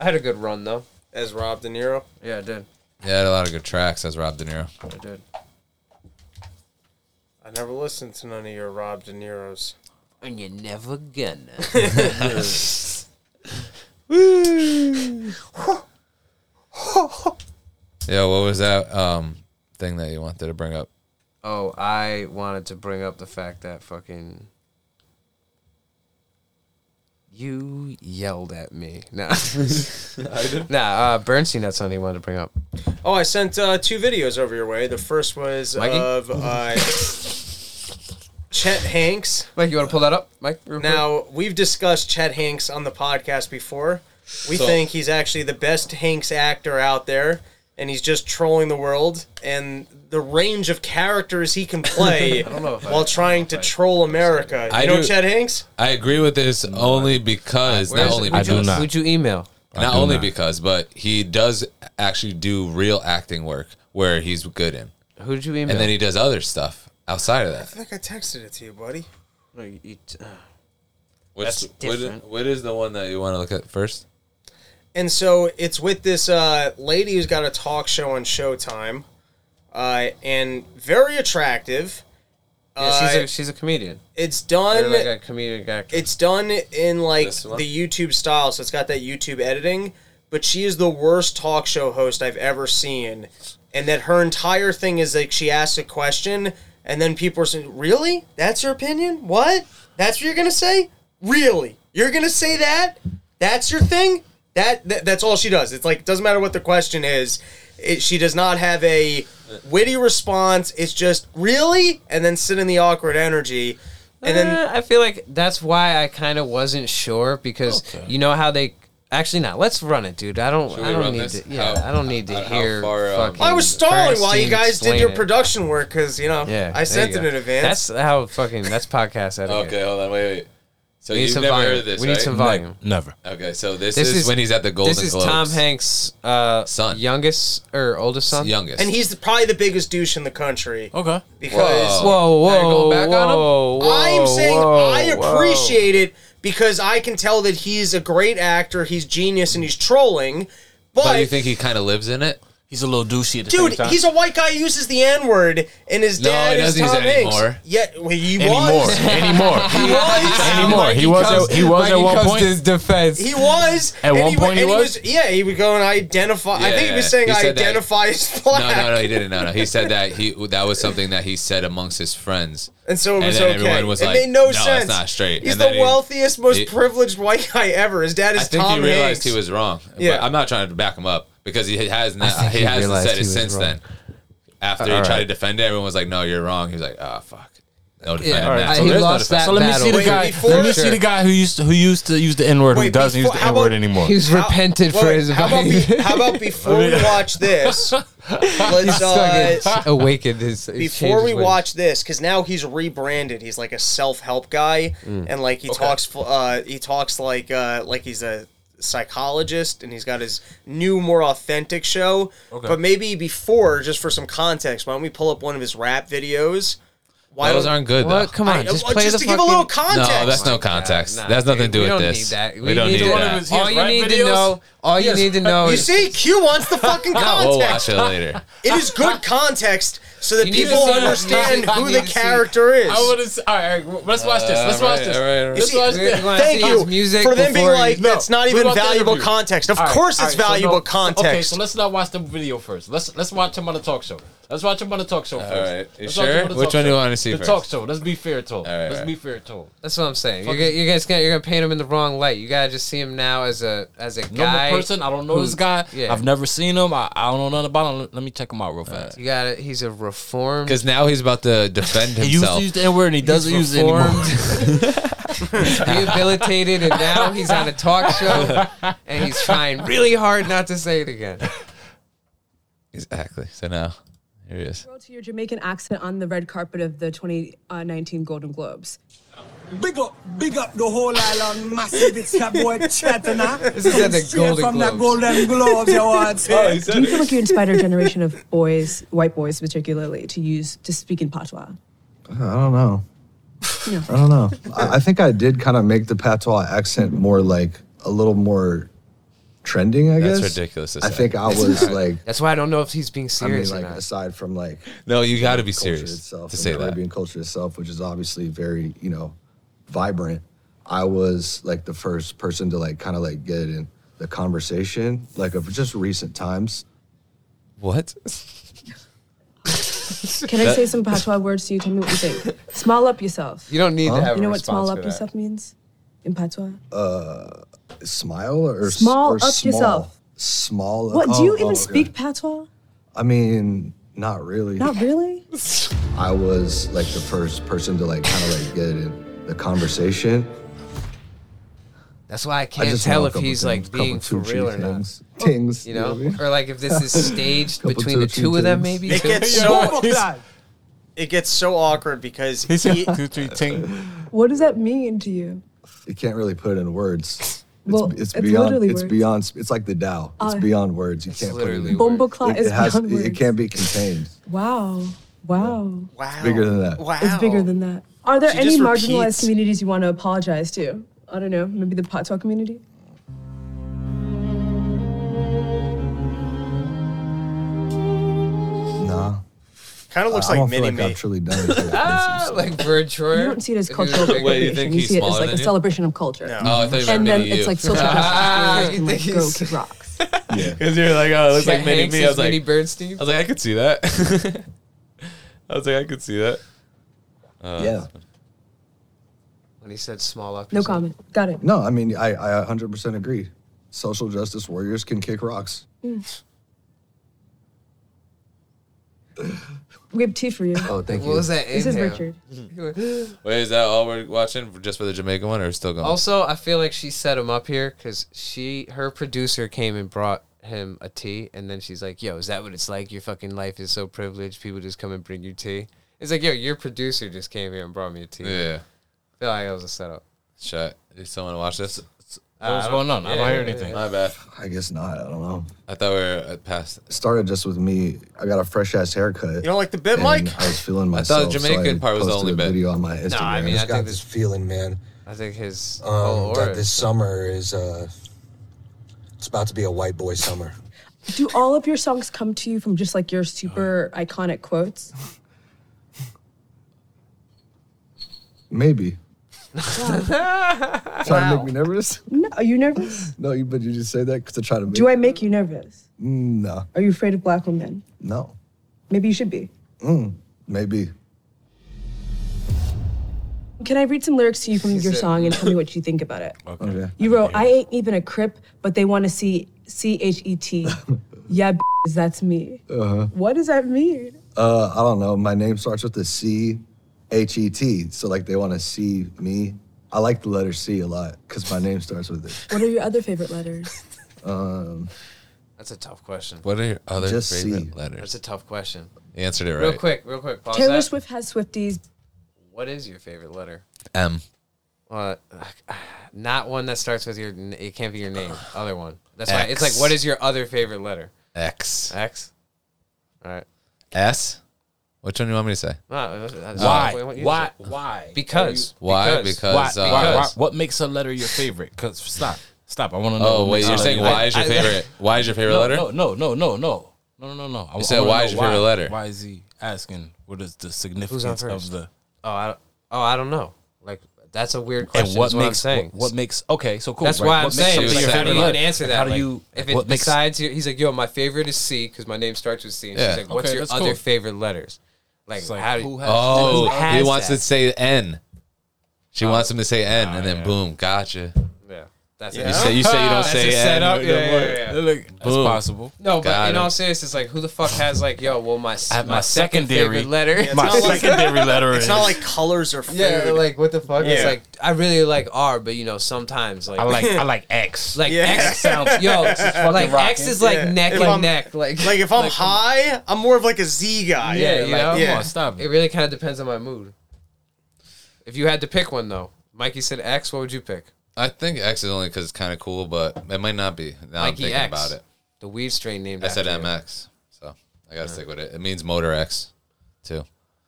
I had a good run though.
As Rob De Niro.
Yeah, I did.
Yeah, had a lot of good tracks as Rob De Niro.
I did.
I never listened to none of your Rob De Niro's.
And you're never gonna.
Yeah, what was that um thing that you wanted to bring up?
Oh, I wanted to bring up the fact that fucking you yelled at me. [LAUGHS] Nah, [LAUGHS] nah. Uh, Bernstein had something he wanted to bring up.
Oh, I sent uh, two videos over your way. The first was
Mikey?
of uh, Chet Hanks.
Mike, you want to pull that up, Mike? real quick?
Now, we've discussed Chet Hanks on the podcast before. We
So-
think he's actually the best Hanks actor out there, and he's just trolling the world. And the range of characters he can
[LAUGHS]
play while trying to troll America. You
I
know
do-
Chet Hanks?
I agree with this only because
Where
not
is it?
only
Would
because
I do
you-
not.
Would you email?
not
do
only
not.
because, but he does actually do real acting work where he's good in,
Who did you email?
and then he does other stuff outside of that.
I think I texted it to you, buddy.
No, you- you t-
What's,
That's
what,
different.
what is the one that you want to look at first?
And so it's with this uh, lady who's got a talk show on Showtime, uh, and very attractive.
Yeah, she's
Uh,
a, she's a comedian.
it's
They're
done.
like a comedian actor.
it's done in like
This one?
the YouTube style, so it's got that YouTube editing. But she is the worst talk show host I've ever seen, and that her entire thing is like she asks a question, and then people are saying, "Really? That's your opinion? What? That's what you're gonna say? Really? You're gonna say that? That's your thing? That, that that's all she does. It's like doesn't matter what the question is. It, she does not have a witty response. It's just really, and then sit in the awkward energy, and then
Eh, I feel like that's why I kind of wasn't sure because you know how they actually not. Let's run it, dude. I don't.
Should we
I don't
run
need
this?
to. Yeah,
How-
I don't need to
how- how
hear.
far, um,
fucking
I was stalling while you
Bernstein
guys did
explain
your
it.
production work because you know
Yeah,
I
there
sent
you
it
go.
in advance.
That's how fucking. That's podcast etiquette.
Okay, hold on, wait, wait. So
We need
you've
some
never
volume.
heard of this,
We need
right?
some volume.
Never.
Okay, so this,
This
is,
is-
when he's at the Golden
this is
Globes.
Tom Hanks' uh,
Son.
youngest or oldest son.
youngest.
and he's the, probably the biggest douche in the country
Oh,
Okay.
because
Whoa.
Whoa,
Now
whoa,
you're going back on him?
whoa, whoa,
I'm saying
whoa,
I appreciate it because I can tell that he's a great actor, he's genius, and he's trolling. But,
but Oh, you think he kind of lives in it?
He's a little douchey at the
dude,
same time.
he's a white guy who uses the N word, and his
No,
dad
he
is
doesn't use
Tom
it
Hanks.
anymore.
Yet well, he
Anymore.
[LAUGHS]
was.
Anymore.
He was.
Anymore. He was. At, he was at
Mikey
one
comes
point.
to his defense.
He was.
At one
wa-
point he
and
was?
Yeah, he would go and identify. I
Yeah,
think he was
yeah.
saying
He said that.
identify as black.
No, no, no, he didn't. No, no, he said that he that was something that he said amongst his friends.
And so it
And
was
then
okay.
everyone was
it
like,
made no,
"No, it's
sense.
not straight."
He's
And
the
then he-
wealthiest, most
he-
privileged white guy ever. His dad is
I think
Tom
he realized
Hanks.
he was wrong.
Yeah.
but I'm not trying to back him up because he has not,
think
he,
he
hasn't
realized
said
he
it
was
since
wrong.
then. After he
all
tried
right.
to defend it, everyone was like, "No, you're wrong." He was like, "Ah, fuck." No defend
Yeah,
him
all
now.
right.
So
he
there's no
lost
defense.
that
So let me
battle.
see the
Wait,
guy.
before-
Let me see
Sure.
the guy who used to, who used to use the N word who
Wait,
doesn't use
before-
the
how
N word
about-
anymore.
He's
How-
repented
wait,
for his
how
[LAUGHS]
about,
behavior.
be- how about before
[LAUGHS]
we watch this? Let's uh,
Fucking [LAUGHS] awakened his, his
before we
changes when-
watch this because now he's rebranded he's like a self-help guy
Mm.
and like he talks uh he talks like uh like he's a psychologist and he's got his new more authentic show but maybe before just for some context why don't we pull up one of his rap videos why
Those
don't-
aren't good.
What?
though.
Come on,
I-
just
well,
play
just
the
to give a little
fucking-
context
No, that's no context. that's nothing to do with
we don't
this.
need that. We,
We, don't
need,
need
one of
that.
his-
All
he
you
has
need
rap
to
videos.
know, all you
has-
need to know
you
is
see q wants the
[LAUGHS]
fucking
No, we'll watch
context
it later.
it is good context so that
You need to
people
see it.
understand
[LAUGHS] You
who
need
the
to see it.
character is
I would have. All right, let's watch this.
Uh,
Let's watch this.
You
Let's
see,
watch
we- we wanna
this.
Thank
see
you
his music
for them being
before he-
like
No,
that's not
what
even
about the
valuable
interview?
context. Of
All right,
course,
all
it's
right, so
valuable
no- Okay,
context.
so let's not watch the video first. Let's let's watch him on the talk show. Let's watch him on the talk show first.
right. You
Let's watch him
sure?
on the
Which
talk
one do you
show.
wanna see
The
first?
talk show. Let's be fair told.
All right,
Let's
all
be fair told.
That's what I'm saying. You're, gonna- you guys gonna you're gonna paint him in the wrong light. You gotta just see him now as a as a
Normal
guy.
person. I don't know
who-
this guy.
yeah.
I've never seen him. I, I don't know nothing about him. Let- Let me check him out real fast.
You gotta. He's a reformed.
Because now he's about to defend
He used to
himself.
use the N word and he doesn't use it anymore.
[LAUGHS] he's rehabilitated, and now he's on a talk show, and he's trying really hard not to say it again.
Exactly. So now here he is.
Go to your Jamaican accent on the red carpet of the 2019 Golden Globes.
Big up, big up the whole island, massive. It's your boy Chetana.
This is at
[LAUGHS]
the Golden
from the
Globes.
Golden Globes, you want to
Do you feel like you inspired a generation of boys, white boys particularly, to use to speak in patois?
Uh, I don't know. I don't know. I, I think I did kind of make the patois accent more like a little more trending. I
That's
guess
ridiculous to
I
say.
think I was like,
That's why I don't know if he's being
I mean,
serious
like
or not.
aside from like
No, you got to be
culture
serious
itself,
to
and
say that.
Caribbean culture itself, which is obviously very you know vibrant. I was like the first person to like kind of like get it in the conversation, like of just recent times.
What?
Can I say some patois words to you? Tell me what you
[LAUGHS]
think. Small up yourself.
You don't need to have
You
a
know what
response
small up
for that.
yourself means in patois?
Uh, Smile or s-
Small
or
up yourself.
Small.
What? Do
oh,
you
oh,
even
okay.
speak patois?
I mean, not really.
Not really.
I was like the first person to like kind of like get in the conversation.
That's why I
I
can't
just
tell
want a
if
couple
he's
things,
like
couple
being for
Tucci
real or not.
things, Things,
You know,
what I mean?
or like if
[LAUGHS]
this is staged
Couple
between the
Tucci
two of them,
things.
maybe.
it
[LAUGHS]
gets so
[LAUGHS]
it gets so awkward because he,
What does that mean to you?
You can't really put it in words. It's,
Well,
it's,
it's
beyond.
literally
it's
words.
beyond. It's like the Tao. It's
Uh,
beyond words. You can't put it
literally
in.
words.
Bombo
It,
is
it has.
beyond
It, it
words.
can't be contained.
Wow. Wow.
wow,
bigger than that.
Wow,
It's bigger than that. Are there
She
any
just
marginalized
repeats-
communities you want to apologize to? I don't know, maybe the patois community?
Nah.
Kind of looks
I
like
don't feel
mini
like
me.
I've truly
[LAUGHS]
done it.
Ah, [LAUGHS] like Bird Troyer.
You don't see it as cultural appropriation. You, see it as like a celebration of culture.
Oh, I thought you meant
and then
mini you.
it's like
[LAUGHS]
social
Ah,
justice warriors
you
can like
think
go
he's-
kick rocks.
Because you're like, oh, it looks like mini me. I was like,
Mini Bernstein.
I was like, I could see that. [LAUGHS] I was like, I could see that. Uh,
yeah.
When he said small up.
No comment. Got it.
No, I mean, I, I 100% agree. Social justice warriors can kick rocks.
Mm. We have tea for you.
Oh, thank
What was that?
This is
inhale?
Richard.
Wait, is that all we're watching for- just for the Jamaican one, or is it still going?
Also, I feel like she set him up here because she, her producer came and brought him a tea, and then she's like, "Yo, is that what it's like? Your fucking life is so privileged. People just come and bring you tea." It's like, "Yo, your producer just came here and brought me a tea."
yeah.
I feel like that was a setup.
Shut. Did someone watch this?
Uh,
What's
I
going
don't-
on? I don't hear
yeah,
anything.
My bad.
I guess not. I don't know.
I thought we were uh, past.
It started just with me. I got a fresh ass haircut.
You don't like the bit,
and
Mike?
I was feeling
I thought
myself.
the Jamaican
so I
part was the
posted
only
a
bit.
video on my Instagram.
No, I mean, I
Just got
think
this
this,
feeling, man,
I think his whole
um,
aura.
that this summer is uh, it's about to be a white boy summer.
Do all of your songs come to you from just like your super
Uh-huh.
iconic quotes?
Maybe. [LAUGHS] Trying to make me nervous?
No, are you nervous?
No, you, but you just say that because I try to make. Mm,
Do I make you nervous?
No,
Are you afraid of black women?
no, Mm,
Maybe you should be.
maybe.
Can I read some lyrics to you from your
said-
song and tell me what you
[LAUGHS]
think about it?
Okay.
You wrote, I ain't even a crip, but they want to see C H E
[LAUGHS]
T. Yeah, b- that's me.
Uh-huh.
What does that mean?
Uh, I don't know. My name starts with a C, H E T. So like they want to see me. I like the letter C a lot because my name starts with it.
What are your other favorite
[LAUGHS]
letters?
That's a tough question.
What are your other
Just
favorite
see.
letters?
That's a tough question.
You answered it
Real
right.
quick, real quick. Pause
Taylor
that.
Swift has Swifties.
What is your favorite letter?
M.
Uh, [SIGHS] not one that starts with your. n- It can't be your name. Other one. That's why it's like.
X.
What is your other favorite letter?
X.
X. All right.
S. Which one do you want me to say?
No, that's- that's-
Why?
what- what you
Why?
said.
Why?
Because.
Why?
Because.
Why?
Because. uh,
why- why- What makes a letter your favorite? Cause stop, stop. I want to know.
Oh
what makes
wait,
a
you're
letter
saying
your
why is your
favorite.
[LAUGHS] favorite? Why is your favorite
no,
letter?
No, no, no, no, no, no, no, no. I, I
said,
wanna
why
know
is your favorite
why.
letter?
Why is he asking? What is the significance
first?
of the
Oh, I. Oh, I don't know. Like that's a weird question.
and what
is I'm
makes
saying.
what, what makes? Okay, so cool.
That's
right?
why
What
I'm
makes
saying.
you
something your
your
Like, how do
favorite
you
letter?
even answer that?
How do
Like,
you?
If it,
what makes-
besides your, he's like, yo, my favorite is C because my name starts with C. And
Yeah.
She's like, what's
Okay,
your
that's
other
cool.
favorite letters? Like,
like,
how do
who has-
Oh,
Who has
he wants
that?
to say N. She wants him to say N, and then boom, gotcha.
Yeah, that's
You say you say you don't
That's
say
a
N.
setup. Yeah, yeah, yeah, yeah.
Look, that's
Boom.
possible.
No, but
Got
in
him.
all seriousness, like who the fuck has like, yo, well, my s-
I have
my,
my
second
secondary-
favorite letter.
Yeah,
My-
My
It's not like-
secondary letter
It's
is.
not like colors or food.
[LAUGHS] yeah, like what the fuck? It's
Yeah.
like I really like R, but you know sometimes like
I like I like X.
like
Yeah.
X
[LAUGHS]
sounds yo like X
rocking.
is like
Yeah.
neck
If
like
I'm-
neck like
Like if I'm high, I'm more of like a Z guy.
yeah, you
like,
know?
yeah.
Come on, stop
It
it.
really kind of depends on my mood. If you had to pick one though, Mikey said X. What would you pick?
I think X is only because it's kind of cool, but it might not be. Now I'm
Mikey
thinking
X.
about it.
The weed strain named.
I said
after you.
MX, so I gotta stick with it. It means Motor X, too.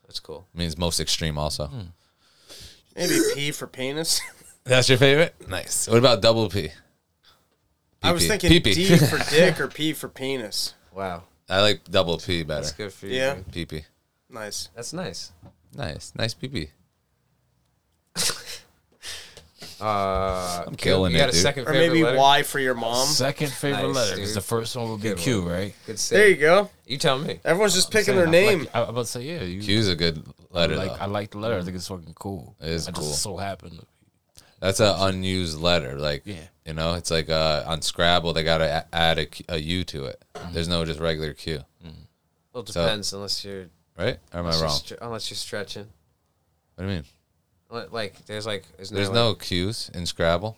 That's cool.
It means most extreme, also.
Maybe P for penis. [LAUGHS]
That's your favorite. Nice. What about double P?
I was
PP.
thinking
PP.
D for
[LAUGHS]
dick or P for penis.
Wow,
I like double P
that's
better.
good for you.
Yeah.
dude.
PP.
Nice.
that's nice.
Nice, nice PP.
Uh, I'm
killing
you
it,
got a
dude.
second
Or
favorite
maybe
letter?
Y for your mom.
Second favorite
Nice,
letter because
dude.
the first one would be
Good
Q,
one.
right?
Good
There
save.
you go.
You tell me.
Everyone's just picking their
Saying, I
name.
Like, I, I'm about to say yeah. You,
Q's a good letter.
like
though.
I like the letter. I think it's fucking cool.
It is
I
cool.
Just so happened. to-
That's an unused letter. Like,
Yeah.
you know, it's like uh, on Scrabble, they got to add a, Q- a U to it. There's no just regular Q,
Well, it
So-
depends unless you're
right? Or am I
unless you're,
wrong?
stre- unless you're stretching.
What do you mean?
Li- Like there's like isn't
There's
there,
no
like,
Q's in Scrabble,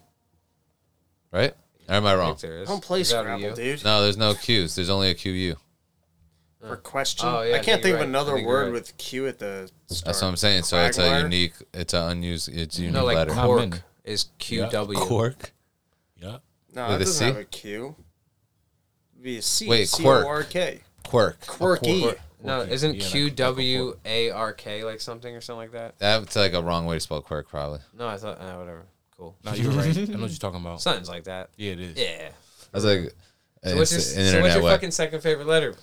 right? Or am I
I
wrong?
think there is.
I don't play
There's gotta be
Scrabble,
you.
dude.
No, there's no Q's. There's only a QU.
For question.
Oh, yeah,
I
I
can't
think
think
you're
of
right. I
another
think you're
word
right.
with Q at the start.
That's what I'm saying. So it's a
Quagmire?
unique, it's an unused, it's a unique
No, like
letter.
Not many.
cork is Q W.
Cork?
Yeah.
No,
With
it
a
doesn't
C?
have a Q. It'd be a C.
Wait,
C
quirk.
O R K.
Quirk.
Quirky.
No, isn't
Yeah, like
Q W A R K like something or something like that?
That's like a wrong way to spell quirk, probably.
No, I thought uh, whatever. Cool. cool.
No,
[LAUGHS]
you're right. I know what you're talking about.
Something's like that.
Yeah, it is.
Yeah.
I was like,
So what's your,
it's an
so what's
internet
your
way.
fucking second favorite letter?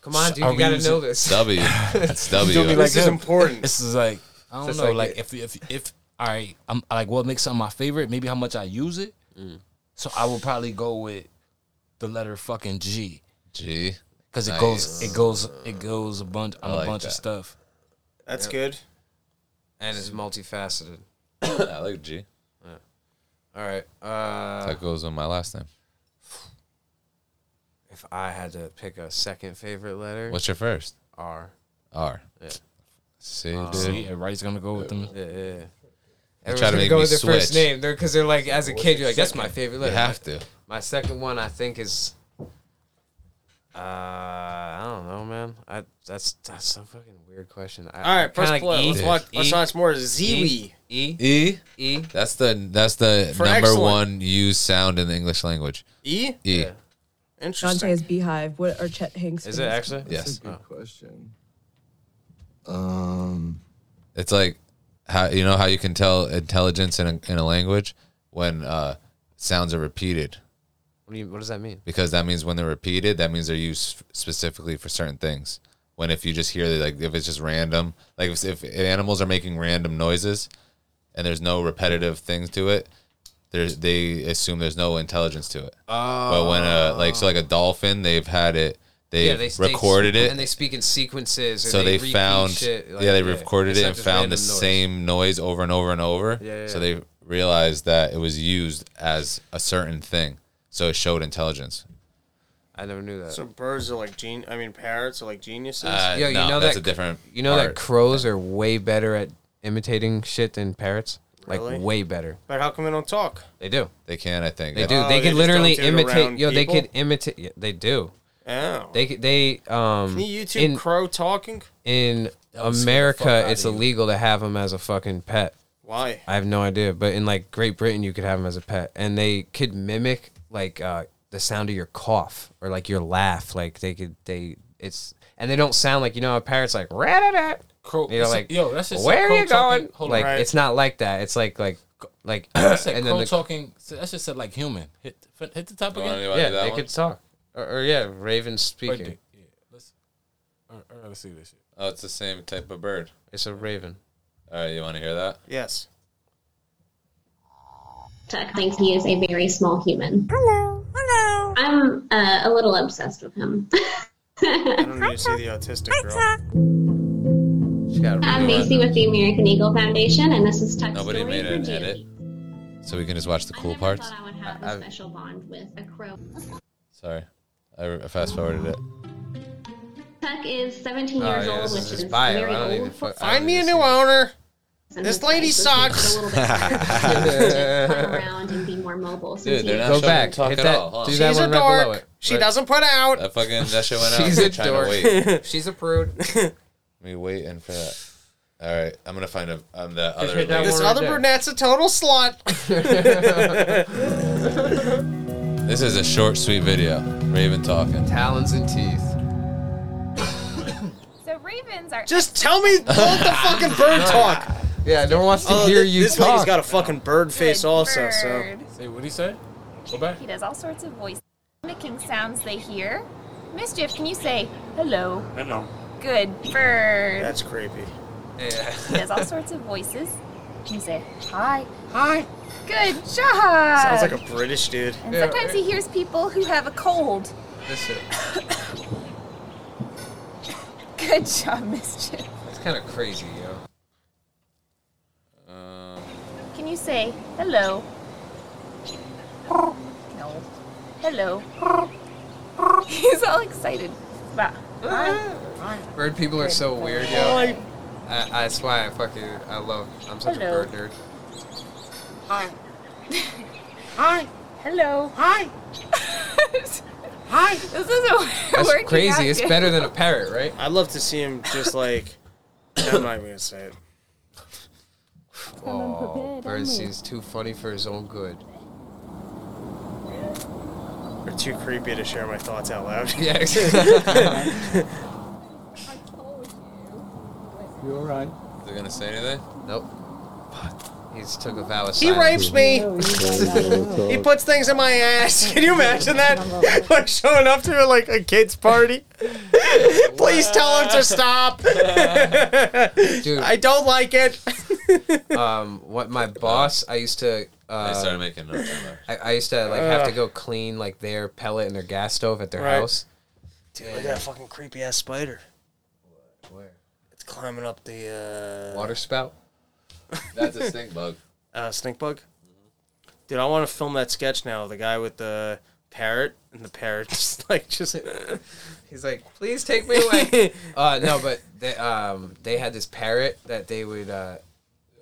Come on, dude.
Are
You
we
gotta
using-
know this.
[LAUGHS]
W. It's W.
You do me
This
like
is
that.
important. [LAUGHS]
This is like I don't
Just
know.
like
Like, if if if all right, I'm like what makes something my favorite? Maybe how much I use it.
Mm.
So I will probably go with the letter fucking G.
G.
Because it
Nice.
goes, it goes, it goes a bunch on
I
a
like
bunch of
that.
stuff.
That's good.
And it's multifaceted.
I like G.
All right. Uh,
That goes on my last name.
if I had to pick a second favorite letter,
What's your first?
R.
R.
Yeah.
See,
Uh,
Um,
dude.
See, everybody's gonna go with them.
Yeah, yeah. yeah.
They
Everyone's
try to
gonna
make
go
me
with their first
switch.
name because they're, like, as a
What's
kid,
your
you're like, that's
second?
my favorite
You
letter.
have to.
My second one, I think, is. Uh, I don't know, man. I that's that's a fucking weird question. I,
All right,
I kinda
press
like
play.
E.
Let's watch- let's
E.
watch more
E.
Ziwi.
E.
E.
E.
That's the that's the
For
number
excellent.
one used sound in the English language.
E.
E.
Interesting.
Dante's Beehive. What are Chet Hanks?
Is it actually? Oh.
Yes.
Good question. Um,
It's like how you know how you can tell intelligence in a, in a language when uh, sounds are repeated
What, do you, what does that mean?
because that means when they're repeated that means they're used specifically for certain things. When if you just hear like if it's just random like if, if animals are making random noises and there's no repetitive things to it, there's they assume there's no intelligence to it. But when a like so like a dolphin, they've had it. They
yeah,
have
they they-
recorded it
and they speak in sequences. or
so they,
repeat
found
shit, like,
yeah they recorded
It's
it
not
and
just
found the
random noise.
same noise over and over and over
Yeah, yeah,
so
yeah.
they realized that it was used as a certain thing so it showed intelligence
I never knew that.
So birds are like gen. I mean, parrots are like geniuses.
Uh,
Yo,
no,
you know
that's
that
a different
You know that
art.
crows are way better at imitating shit than parrots.
Really?
Like way better.
but how come they don't talk?
They do.
they can i think
They
I-
do.
Oh,
they
they
could
just
literally
don't do it
imitate.
around
Yo, they
people?
could imitate. Yeah, they do.
Oh.
They could- they um.
Can you YouTube
in
crow talking?
in
would scare the fuck
America,
outta
it's
you.
illegal to have them as a fucking pet.
Why?
I have no idea, but in like Great Britain, you could have them as a pet, and they could mimic like uh, the sound of your cough or like your laugh. Like they could they it's and they don't sound like you know a parrot's like rat
Crow,
You know
it's
like
a- yo, that's just
where
a
are you
crow talking-
going?
Hold
like
on,
it's not like that. It's like like [CLEARS THROAT] like
that's that
and
crow
then the,
talking. So that's just said like human. Hit hit the top
You wanna
again.
do- wanna
yeah
do that
they
one?
could talk or, or yeah
Right
ravens speaking.
there. Yeah, let's. I, I gotta see this shit.
oh it's the same type of bird
It's a raven.
all right you want to hear that
Yes.
Chuck thinks he is a very small human. Hello, hello. I'm uh, a little obsessed with him. [LAUGHS]
I don't need to see the autistic girl.
She got a
I'm
really
Macy with the American Eagle Foundation, and this is Chuck's
nobody
story
made
for
an
June.
edit so we can just watch the cool
I never
parts
thought I would have a
I- I-
special bond with a crow.
sorry i, I fast forwarded it
Chuck is 17
Oh,
years
yeah,
old,
this is
which
his
is
bio.
very
I don't even
old.
fuck- I
Find
don't
me a
even
new
see it.
owner.
and
This
his
lady
legs just
sucks.
look a little bit bigger. to
[LAUGHS]
climb
[LAUGHS]
around and be more mobile. since
Dude, they're
he-
not
Go
showing
back.
talk
Hit
at
that-
all huh?
do
She's
that
a
one right below
dork.
it.
She
Right.
doesn't put out.
that fucking that shit [LAUGHS] went out
She's
I'm
a
trying to
dork.
wait. [LAUGHS]
She's a prude.
me waiting for that all right i'm gonna find a um, the other
hit that
lady.
This
right
other
there.
brunette's a total slut.
this is a short sweet video raven talking
Talons and teeth.
So ravens are
Just tell
[LAUGHS]
me hold the fucking bird talk.
Yeah, no one wants to
Oh,
hear
thi-
you
this
talk.
lady's got a fucking bird face also. So
bird.
Say what he say. Go back.
He does all sorts of voice mimicking sounds they hear. Mischief, can you say hello?
Hello.
Good bird.
that's creepy.
He does all sorts of voices. Can you say hi? Hi. Good job.
Sounds like a British dude.
And sometimes he hears people who have a cold.
This shit.
Good job, Mischief.
That's kind of crazy, yo.
Can you say hello? No. Hello. He's all excited. Bah.
Bird people are so weird, yo. I, I, that's why I fucking I love. I'm such
Hello.
a bird nerd.
Hi. Hi. Hello. [LAUGHS] Hi. Hi. This isn't
That's
working out
crazy. It's
yet.
better than a parrot, right?
I'd love to see him just like. [COUGHS] I'm not even gonna say it.
Oh, bird seems too funny for his own good.
They're too creepy to share my thoughts out loud.
Yeah. [LAUGHS]
They're gonna say anything?
nope. He's took a vow of
He
silence.
rapes [LAUGHS] me. he puts things in my ass. [LAUGHS] Can you imagine that? like showing up to like a kid's [LAUGHS] party. Please tell him to stop. I don't like it.
um, what my boss, I used to. Uh,
I started making notes on that.
I, I used to like have to
Ugh.
go clean like their pellet and their gas stove at their
Right.
house.
[LAUGHS] Dude, look at that fucking creepy ass spider. Where? It's climbing up the uh,
Water spout.
That's a stink bug.
Uh, stink bug. Dude, I want to film that sketch now. The guy with the parrot and the parrot just [LAUGHS] like just.
He's like, please take me away. uh, no, but they, um, they had this parrot that they would. Uh,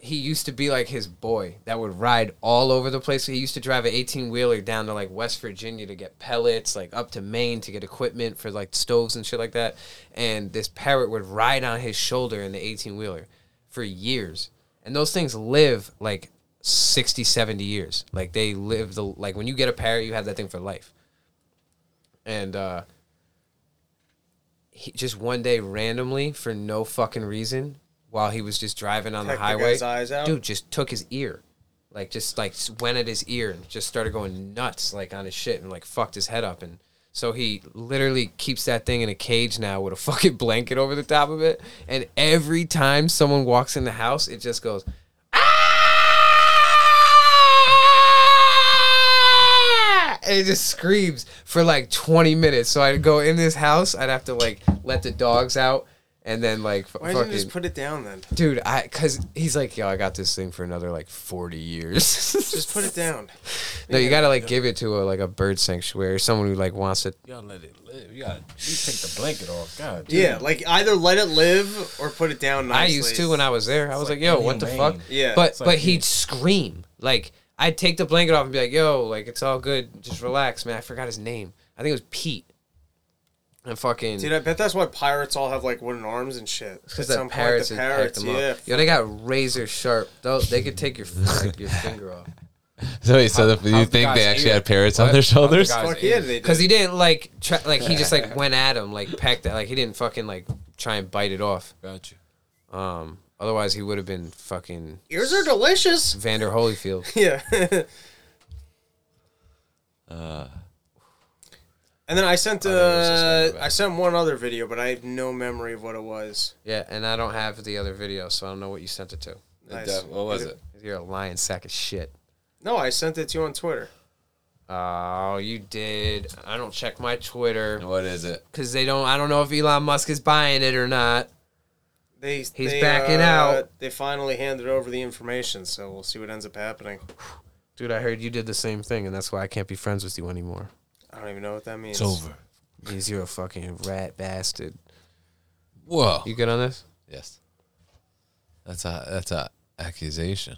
he used to be like his boy that would ride all over the place. He used to drive an eighteen wheeler down to like West Virginia to get pellets, like up to Maine to get equipment for like stoves and shit like that. And this parrot would ride on his shoulder in the eighteen wheeler for years. And those things live like 60, 70 years. Like they live the like when you get a parrot, you have that thing for life. And uh he just one day randomly for no fucking reason while he was just driving on the
Pecked the
highway
guy's eyes out?
dude just took his ear like just like s- went at his ear and just started going nuts like on his shit and like fucked his head up and so he literally keeps that thing in a cage now with a [LAUGHS] fucking blanket over the top of it and every time someone walks in the house it just goes [LAUGHS] and it just screams for like 20 minutes. So I'd go in this house, I'd have to like let the dogs out, and then like f-
Why didn't
fucking.
you just put it down then?
Dude, I cause he's like, yo, I got this thing for another like forty years. [LAUGHS]
Just put it down.
no, you gotta like give it to a like a bird sanctuary, someone who like wants it.
You gotta let it live. You gotta you take the blanket off. God.
Yeah,
damn.
like either let it live or put it down.
I
Nicely.
used to when I was there. I was like,
like
yo, what the fuck?
inhumane. Yeah.
But
It's
but
like-
he'd scream like I'd take the blanket off and be like, yo, like it's all good, just relax, man. I forgot his name. I think it was Pete. And fucking
Dude, I bet that's why pirates all have like wooden arms and shit.
Because
At
that
some point,
parrots,
the
had packed
parrots,
them
yeah.
up. Yo, they got razor sharp. Though they could take your like, your
[LAUGHS]
finger off.
[LAUGHS] So wait, so the, you think they actually had parrots on their shoulders?
Because he didn't like try, like he
[LAUGHS]
just like went at him like pecked at like he didn't fucking like try and bite it off.
Gotcha.
Um, otherwise he would have been fucking
Ears are delicious. [LAUGHS]
Vander Holyfield.
Yeah.
[LAUGHS] Uh,
and then I sent uh, I sent one other video, but I have no memory of what it was.
Yeah, and I don't have the other video, so I don't know what you sent it to.
Nice. def- what was it?
You're a lying sack of shit.
No, I sent it to you on Twitter.
Oh, you did. I don't check my Twitter.
What is it?
Cause they don't. I don't know if Elon Musk is buying it or not.
They
He's
they,
backing
uh,
out.
They finally handed over the information, so we'll see what ends up happening.
Dude, I heard you did the same thing, and that's why I can't be friends with you anymore.
I don't even know what that means.
Means you're a fucking rat bastard.
Whoa.
You good on this?
Yes. That's a that's a accusation.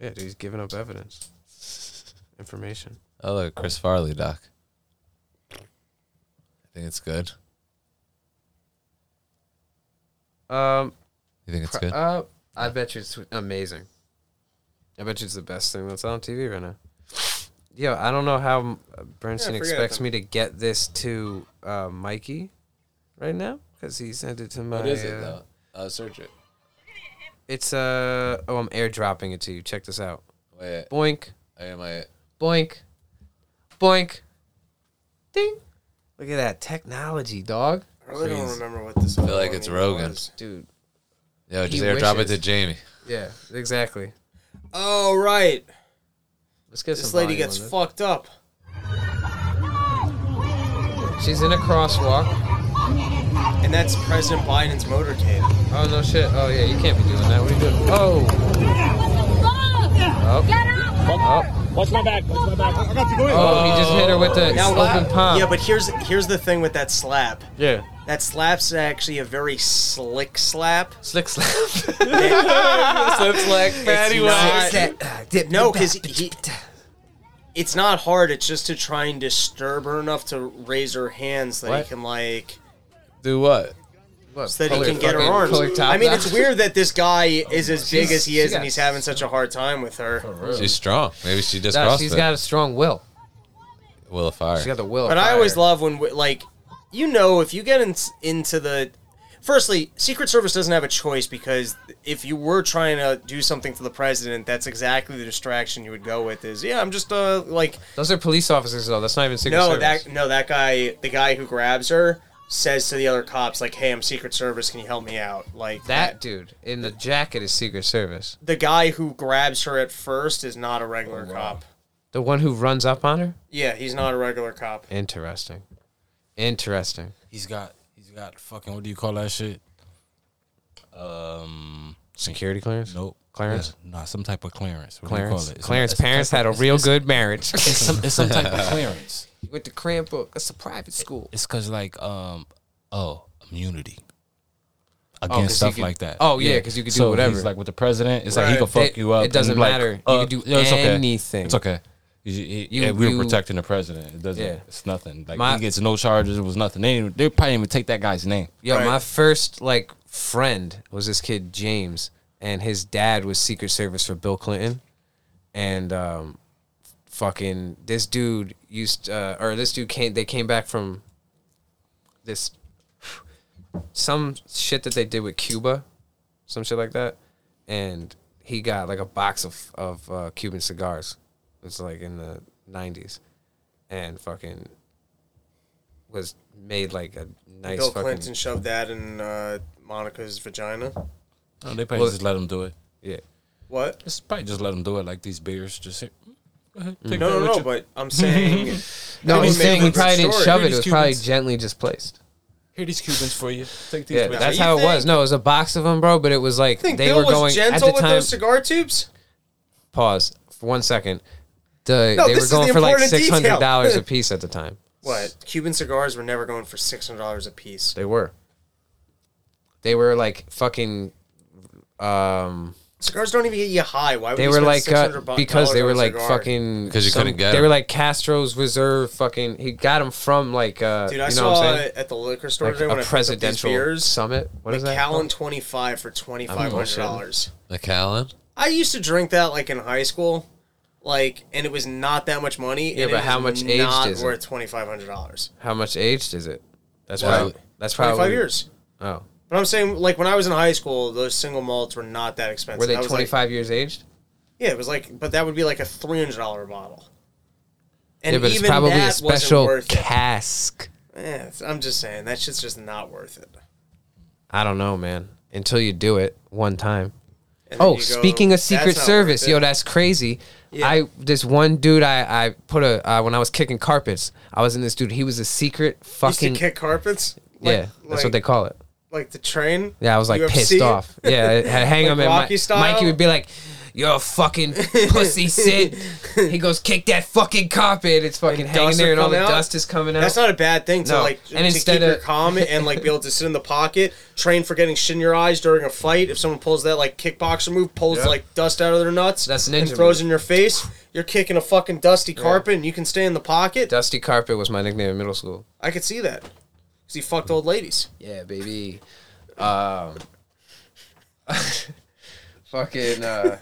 Yeah, dude, he's giving up evidence, information.
Oh look, Chris Farley doc. I think it's good.
Um,
You think it's
pro-
good?
Uh, I bet you it's amazing. I bet you it's the best thing that's on TV right now. Yo, I don't know how um, Bernstein
Yeah, forget
expects
it.
me to get this to uh, Mikey right now because he sent it to my.
What is it
uh,
though? Uh, search it.
It's uh oh, I'm airdropping it to you. Check this out.
Wait.
Boink,
I am I
boink, boink, ding. Look at that technology, dog.
I really don't
Please.
remember what this.
I feel
other
like
one
it's
even
Rogan.
was.
Dude.
Yo,
He
just airdrop it
wishes.
to Jamie.
Yeah, exactly.
Oh right,
Let's get
this
some
lady
volume
gets
on this.
fucked up.
She's in a crosswalk.
And that's President Biden's motorcade.
Oh no shit. Oh yeah, you can't be doing that. What are you doing? Oh. Oh. Oh.
Watch my back. Watch my back. I got you. Go ahead.
Oh, he just hit her with the
Now,
open palm.
Yeah, but here's here's the thing with that slap.
Yeah.
That slap's actually a very slick slap. [LAUGHS]
Slick slap.
Slips like fatty
not-
whack.
uh, no, because he. It's not hard. It's just to try and disturb her enough to raise her hands that
What?
he can like
Do what?
so that he can get her arms. I mean, it's
[LAUGHS]
weird that this guy is as big as he
she's
is,
got
and he's having such a hard time with her.
She's strong. Maybe she just
No,
crossed
she's
it.
got a strong will.
Will of fire.
She got the will.
But I always love when, we, like, you know, if you get in, into the Firstly, Secret Service doesn't have a choice because if you were trying to do something for the president, that's exactly the distraction you would go with. Is yeah, I'm just uh like
Those are police officers though. That's not even Secret
no
Service.
that no that guy the guy who grabs her says to the other cops like Hey, I'm Secret Service. Can you help me out? Like
that dude in the jacket is Secret Service.
the guy who grabs her at first is not a regular
Oh,
cop.
The one who runs up on her?
Yeah, he's not a regular cop.
Interesting. Interesting.
He's got he's got fucking what do you call that shit? Um
Security clearance?
Nope.
Clearance?
Yeah, nah, some type of clearance. What do you
Clarence.
call it? It's
Clarence
it's some
parents
type
had a
of-
real
it's-
good marriage. [LAUGHS]
It's some, it's some [LAUGHS] type of clearance.
He went to Cranbrook. It's a private school.
It's cause like um oh immunity.
Oh, 'cause
Against
he
stuff
could-
like that.
oh, yeah, 'cause you could do
So
whatever.
he's like with the president, it's like
Right.
he could fuck
It-
you up.
it
and
doesn't
be like,
matter. You
uh,
could do
yeah, it's okay.
anything.
It's okay. You- you-
You-
yeah, we
you-
were protecting the president. It doesn't.
Yeah.
It's nothing. Like
My-
he gets no charges. It was nothing. They didn't- they probably didn't even take that guy's name.
Yo, my first like friend was this kid James, and his dad was Secret Service for Bill Clinton, and um, fucking this dude used uh, or this dude came. They came back from this some shit that they did with Cuba, some shit like that, and he got like a box of of uh, Cuban cigars. It's like in the nineties, and fucking was made like a nice
Bill
fucking.
Clinton shoved that in uh, Monica's vagina.
No, they probably
Well,
just let him do it.
Yeah.
What?
Just probably just let him do it like these beers. Just here. Go ahead,
No,
take
no,
that with
no,
you.
but I'm saying-
No,
Here
he's
these
saying he
Cubans-
probably didn't
Here
shove it. It
these
was probably
Cubans-
gently displaced.
Here these Cubans for you. Take these.
Yeah,
with
that's
you.
how it was. No, it was a box of them, bro. But it was like
think
they
Bill
were going
was gentle
at the
with
time.
those cigar tubes.
pause for one second. The,
No,
they
this
were
is the
going for like
important
six
detail.
hundred dollars
[LAUGHS]
a piece at the time.
What? Cuban cigars were never going for six hundred dollars a piece.
They were. They were like fucking. Um,
Cigars don't even get you high. Why would
they
you
were
spend
like uh,
$600
because they
on
were
a
like
cigar?
fucking
'Cause you
some-
couldn't get
They
'em.
were like Castro's reserve. Fucking he got them from like uh,
Dude,
you
I
know
saw
what I'm saying?
it at the liquor store
Like
today
a
when I picked up these
presidential
beers.
summit. What is that? Oh,
McAllen
called?
twenty five for twenty five hundred dollars.
The Callan?
I used to drink that like in high school, like, and it was not that much money.
Yeah,
and
but
it
how
was
much aged
not
is it?
worth twenty five hundred dollars.
How much aged is it? That's
What?
probably that's probably
25 years.
Oh,
But I'm saying, like, when I was in high school, those single malts were not that expensive.
were they
That was,
twenty
like-
five years aged?
yeah, it was like, but that would be like a three hundred dollar bottle. And
yeah, but
even
it's probably
that
a special
wasn't worth
cask.
it. Eh, it's- I'm just saying that shit's just not worth it.
I don't know, man. Until you do it one time.
And then
Oh,
you go,
speaking of
"That's
Secret
not worth
Service,
it."
yo, that's crazy. I this one dude I I put a uh, when I was kicking carpets. I was in this dude. He was a secret
Used
fucking
to kick carpets.
yeah. that's what they call it.
Like the train.
Yeah, I was like pissed
UFC? [LAUGHS]
off. Yeah, I had hang
Like
him in
Rocky
my,
style?
Mikey would be like, "You're a fucking
[LAUGHS]
pussy, Sid." he goes, "Kick that fucking carpet." It's fucking hanging
dust would
there, and all
come
the
out?
dust is coming out.
That's not a bad thing to
No.
like
And
to
instead
keep your
of-
calm and like be able to sit in the pocket. Train for getting shit in your eyes during a fight. If someone pulls that like kickboxer move, pulls
Yeah.
like dust out of their nuts,
That's ninja
and throws
move.
in your face. You're kicking a fucking dusty
Yeah.
carpet, and you can stay in the pocket.
Dusty carpet was my nickname in middle school.
I could see that because he fucked old ladies.
Yeah, baby. Um, [LAUGHS] fucking. Uh,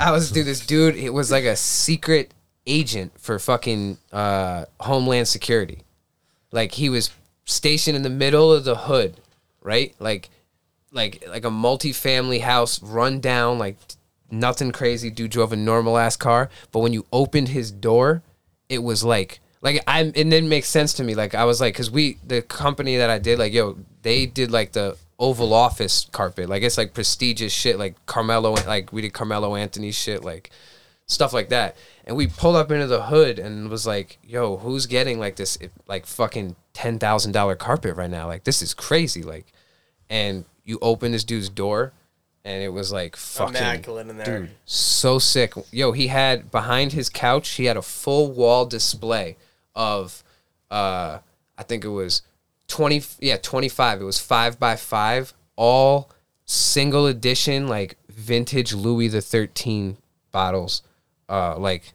I was dude. This dude, it was like a secret agent for fucking uh, Homeland Security. Like he was stationed in the middle of the hood, right? Like, like, like a multi-family house, run down, like nothing crazy. Dude drove a normal ass car, but when you opened his door, it was like like I it didn't make sense to me. Like I was like, cause we the company that I did like yo they did like the Oval Office carpet. Like it's like prestigious shit. Like Carmelo like we did Carmelo Anthony shit like stuff like that. And we pulled up into the hood and was like, yo, who's getting like this like fucking ten thousand dollar carpet right now? Like this is crazy. Like and you open this dude's door and it was like fucking
Immaculate in there.
dude so sick. Yo, he had behind his couch, he had a full wall display of uh I think it was 20 yeah, 25. It was 5 by 5 all single edition like vintage Louis the 13 bottles. Uh like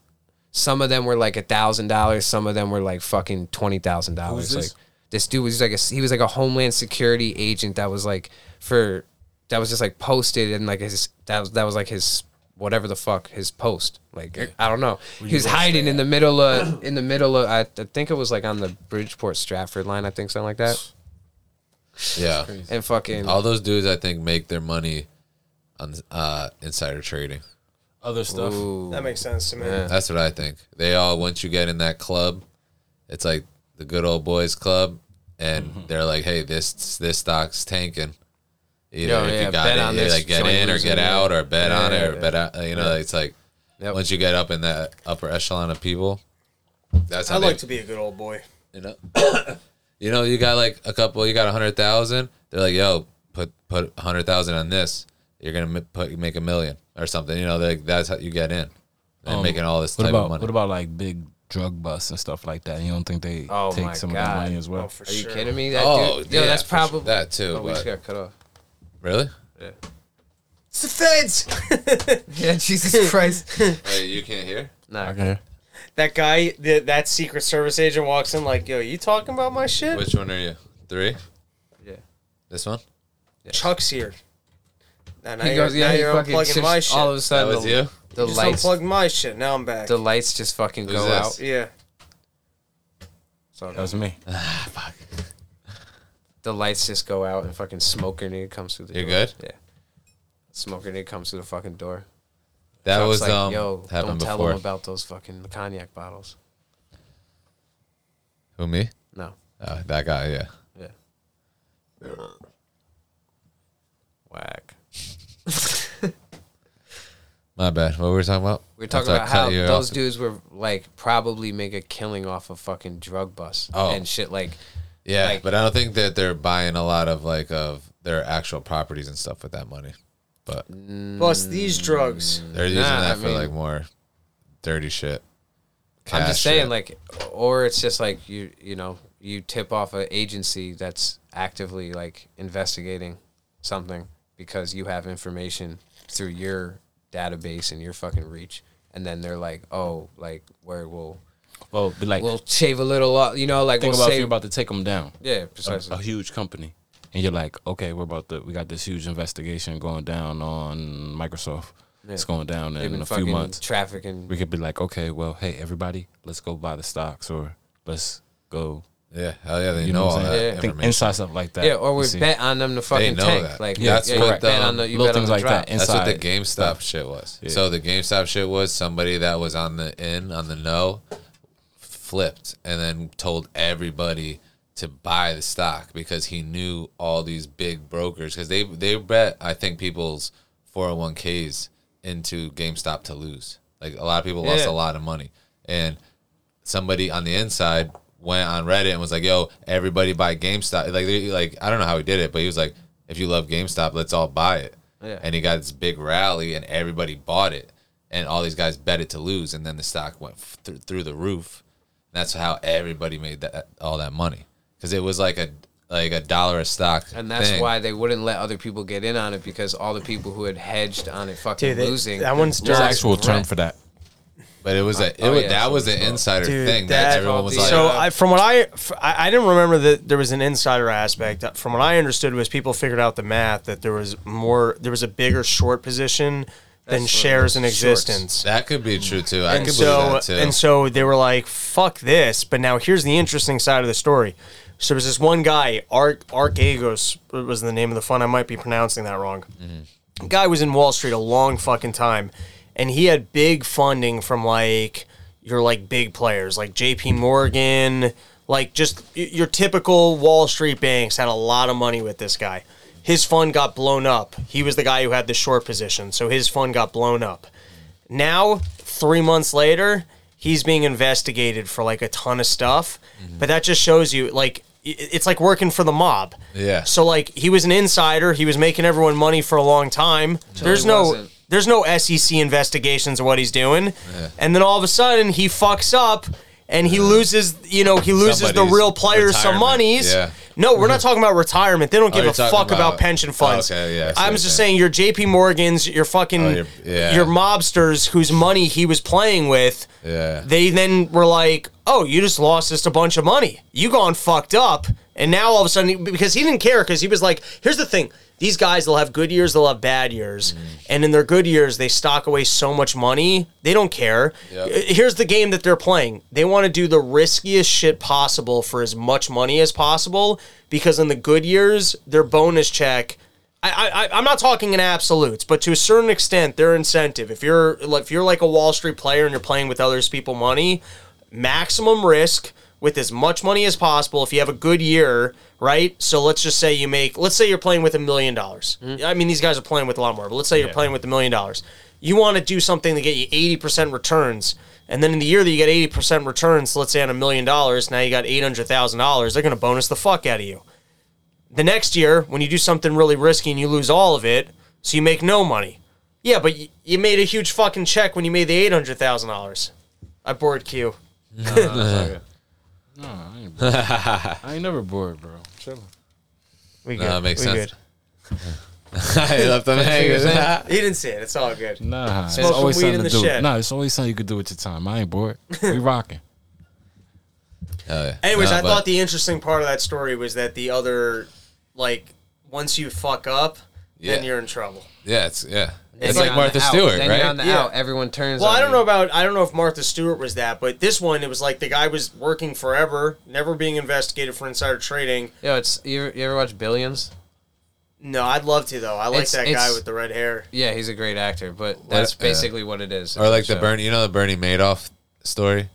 some of them were like a thousand dollars, some of them were like fucking twenty thousand
Who's
dollars.
this?
Like this dude was like a he was like a homeland security agent that was like for that was just like posted and like his that was that was like his whatever the fuck his post like I don't know
Where
he
you
was
gonna
hiding [COUGHS] in the middle of in the middle of I, I think it was like on the Bridgeport Stratford line I think something like that
Yeah.
And fucking-
all those dudes I think make their money on uh insider trading.
Other stuff.
That makes sense to me.
That's what I think. They all once you get in that club, it's like the good old boys club and
Mm-hmm.
they're like, "Hey, this this stock's tanking." Either
Yo,
if
yeah,
you got
bet
it,
on
either,
this
like get
joint
in or
losing,
get
yeah.
out or bet
Yeah,
on it
yeah,
or
yeah.
bet out, you know,
Yeah.
it's like once you get up in that upper echelon of people, that's how
I'd
they
like to be a good old boy.
You know, [COUGHS] you know, you got like a couple. You got a hundred thousand. They're like, yo, put put a hundred thousand on this. You're gonna m- put make a million or something. You know, they're like that's how you get in. And
Um,
making all this
what
type
about,
of money.
What about like big drug busts and stuff like that? You don't think they
Oh my
take some of that
God.
money as well?
Oh, for Are you sure. kidding me? That dude- yo, that's
Oh, for sure.
probably-
that too.
Oh, we just
but-
got cut off.
Really?
It's the feds. yeah, Jesus Christ. [LAUGHS]
Hey, you can't hear.
Nah.
Okay.
[LAUGHS] That guy, the, that Secret Service agent walks in like, yo, you talking about my shit?
Which one are you? Three.
Yeah.
This one.
Chuck's here. And
He
now
goes,
you're,
yeah,
now
he
you're
fucking
unplugging
shifts-
my shit.
all of a sudden That was the- you? the
you
lights-
just unplugged my shit. Now I'm back.
The lights just fucking
Who's
go
this?
out.
Yeah.
Sorry.
That was me.
Ah, fuck. The lights just go out and fucking smoker nigga comes through the
You're
door.
good?
Yeah. Smoker nigga comes through the fucking door.
That
Trump's
was,
like,
um,
yo, don't
happened
tell
before.
him about those fucking cognac bottles.
Who me?
No.
Oh, that guy. Yeah.
Yeah. Whack.
My bad. What were we talking about?
We're
After
talking
I
about
cut
how
you
those
off.
dudes were like probably make a killing off a fucking drug bust
Oh.
and shit like
Yeah,
like,
but I don't think that they're buying a lot of like of their actual properties and stuff with that money. But
Plus these drugs.
they're using
Mm, Nah,
that
I
for
mean-
like more dirty shit.
I'm
Cash
just saying
shit.
like or it's just like you you know, you tip off an agency that's actively like investigating something because you have information through your database and your fucking reach and then they're like, "Oh, like where will
Well, be like
we'll shave a little off, you know, like
think
we'll
about if
save-
you're about to take them down.
Yeah,
A-
precisely.
A, huge company, and you're like, okay, we're about to. We got this huge investigation going down on Microsoft.
Yeah.
It's going down
They've
in
been
a few
fucking
months.
trafficking-
We could be like, okay, well, hey, everybody, let's go buy the stocks or let's go.
Yeah, hell yeah, they
You
know
what
all
I'm saying?
that
I think
information.
inside stuff like that.
Yeah, or
you
we
see.
bet on them to fucking
know
tank.
that.
Like,
yeah, that's
yeah,
what
correct.
the,
bet on the you
little
bet on
things
the
like
drop.
that.
that's what the
inside
GameStop
stuff.
shit was.
Yeah.
So the GameStop shit was somebody that was on the in on the know flipped and then told everybody to buy the stock because he knew all these big brokers because they they bet I think people's 401ks into GameStop to lose. Like a lot of people lost
Yeah.
a lot of money and somebody on the inside went on Reddit and was like, "Yo, everybody buy GameStop." Like, they, like I don't know how he did it, but he was like, "If you love GameStop, let's all buy it."
Yeah.
And he got this big rally, and everybody bought it, and all these guys bet it to lose, and then the stock went f- thr- through the roof. And that's how everybody made that all that money because it was like a like a dollar a stock,
And that's
thing.
why they wouldn't let other people get in on it because all the people who had hedged on it fucking
Dude, that-
losing.
that one's
lost
dirty. Actual
rent.
term
for that.
But it was a, it
Oh,
was,
yeah,
that
that's
was
what
an
it's
insider
Dude,
thing that, everyone was like,
so I, from what I, f- I I didn't remember that there was an insider aspect. Uh, From what I understood was people figured out the math that there was more, there was a bigger short position than shares in existence.
That could be true too. I
and
could
so
believe that too.
and so they were like, "Fuck this!" But now here's the interesting side of the story. So there was this one guy, Ark Archegos was the name of the fund. I might be pronouncing that wrong. Guy was in Wall Street a long fucking time, and he had big funding from like your like big players, like J.P. Morgan, like just y- your typical Wall Street banks had a lot of money with this guy. His fund got blown up. He was the guy who had the short position, so his fund got blown up. Now, three months later, he's being investigated for like a ton of stuff. But that just shows you, like, i- it's like working for the mob.
Yeah.
So like, he was an insider. He was making everyone money for a long time.
So
there's
he
no,
wasn't.
there's no SEC investigations of what he's doing.
Yeah.
And then all of a sudden, he fucks up. And he loses, you know, he loses
Somebody's
the real players some
retirement.
monies.
Yeah.
No, we're not talking about retirement. They don't
Oh,
give
you're
a
talking
fuck about,
about-
pension funds.
Okay, yeah, I see what
I'm
you're
just
saying.
saying your JP Morgans, your fucking
Oh, your- yeah.
your mobsters whose money he was playing with,
yeah.
they then were like, "Oh, you just lost just a bunch of money. You gone fucked up." And now all of a sudden, because he didn't care, because he was like, "Here's the thing: these guys, they'll have good years, they'll have bad years,
Mm.
and in their good years, they stock away so much money, they don't care.
Yep.
Uh, Here's the game that they're playing: they want to do the riskiest shit possible for as much money as possible, because in the good years, their bonus check. I, I- I, I'm not talking in absolutes, but to a certain extent, their incentive. If you're if you're like a Wall Street player and you're playing with others people money, maximum risk with as much money as possible. If you have a good year, right? So let's just say you make. Let's say you're playing with a million dollars. I mean, these guys are playing with a lot more, but let's say you're
Yeah.
playing with a million dollars. You want to do something to get you 80% returns. And then in the year that you get 80% returns, let's say on a million dollars, now you got $800,000, they're going to bonus the fuck out of you the next year when you do something really risky and you lose all of it, so you make no money. Yeah, but you, you made a huge fucking check when you made the eight hundred thousand dollars. I bored Q.
No, I ain't bored. I ain't never bored, bro. Chill.
We
No,
good.
that makes
We
sense.
good.
[LAUGHS] I
[LAUGHS]
left them hanging.
you didn't see it. It's all good.
Nah, it's
smoke
always
some weed
something
in
to do.
the shed.
Nah, it's always something you could do with your time. I ain't bored. We rocking.
Anyways, I thought the interesting part of that story was that the other, like, once you fuck up, then
Yeah.
you're in trouble.
Yeah, it's yeah.
Then
It's
you're
like
on the
Martha
out.
Stewart,
Then
right?
you're on the Yeah. out.
Everyone turns.
Well,
on
I don't
you.
know about I don't know if Martha Stewart was that, but this one it was like the guy was working forever, never being investigated for insider trading.
Yo, it's you. ever- You ever watch Billions?
No, I'd love to though. I like
It's-
that guy
it's-
with the red hair.
Yeah, he's a great actor, but that's
uh,
basically what it is.
Or like the
So-
Bernie, you know the Bernie Madoff story,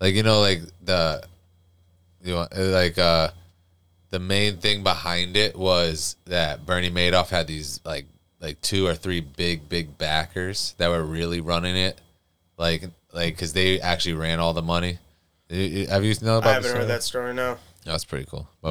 like you know like the, you know like uh, the main thing behind it was that Bernie Madoff had these like like two or three big big backers that were really running it, like like because they actually ran all the money. You- you- Have you know about?
I
the
haven't
story?
heard that story. No.
That's pretty cool.
Mm.
But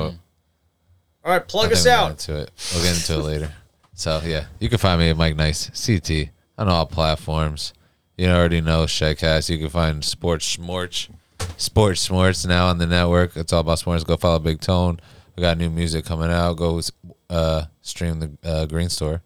All right,
I
plug
think
us
we'll
out.
get into it. We'll get into it later. So yeah, you can find me at Mike Nice CT on all platforms. You already know Shedcast. You can find Sports Smorch, Sports Smorts now on the network. It's all about sports. Go follow Big Tone. We got new music coming out. Go uh, stream the uh, Green Store.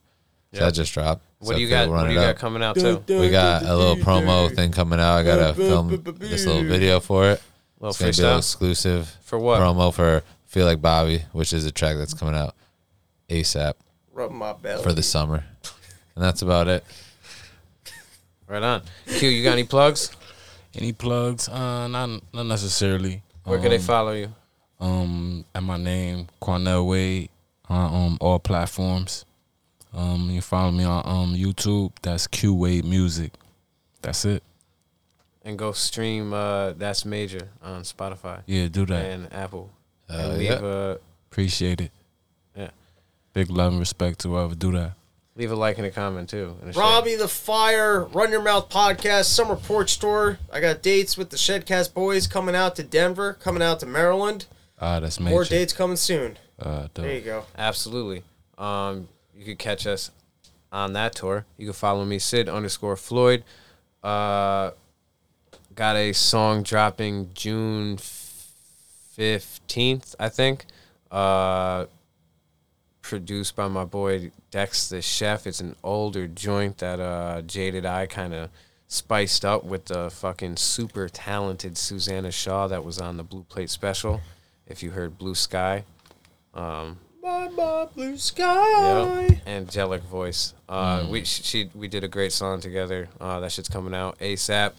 So
Yeah.
that just dropped.
What
So
do you
people
got-
run
what do
it
you got
up.
coming out, too?
We got a little promo thing coming out. I gotta film this little video for it.
Little
It's gonna be a little
freestyle?
exclusive
For what?
promo for "Feel Like Bobby," which is a track that's coming out ASAP
Rub my belly.
for the summer, and that's about it.
Right on. Q, you got any plugs?
Any plugs? Uh, not not necessarily.
Where can they follow you?
Um, at my name Cornell Wade on um, all platforms. Um, you can follow me on um YouTube. That's Q Wade Music. That's it.
And go stream. Uh, that's major on Spotify.
Yeah, do that.
And Apple.
Uh,
and leave
yeah.
a
Appreciate it.
Yeah.
Big love and respect to whoever do that.
leave a like and a comment too. And a share.
Robbie the Fire, Run Your Mouth Podcast, Summer Porch Tour. I got dates with the Shedcast Boys coming out to Denver, coming out to Maryland.
Ah, that's
More
major.
dates coming soon.
Uh, dope.
There you go.
Absolutely. Um, you could catch us on that tour. You can follow me, Sid underscore Floyd. Uh, got a song dropping June fifteenth, I think. Uh, produced by my boy Dex the Chef. It's an older joint that uh, Jaded Eye kind of spiced up with the fucking super talented Susanna Shaw that was on the Blue Plate special. If you heard Blue Sky, um,
Bye bye, blue
yeah,
sky.
angelic voice. Uh,
Mm.
we sh- she we did a great song together. Uh, that shit's coming out ASAP.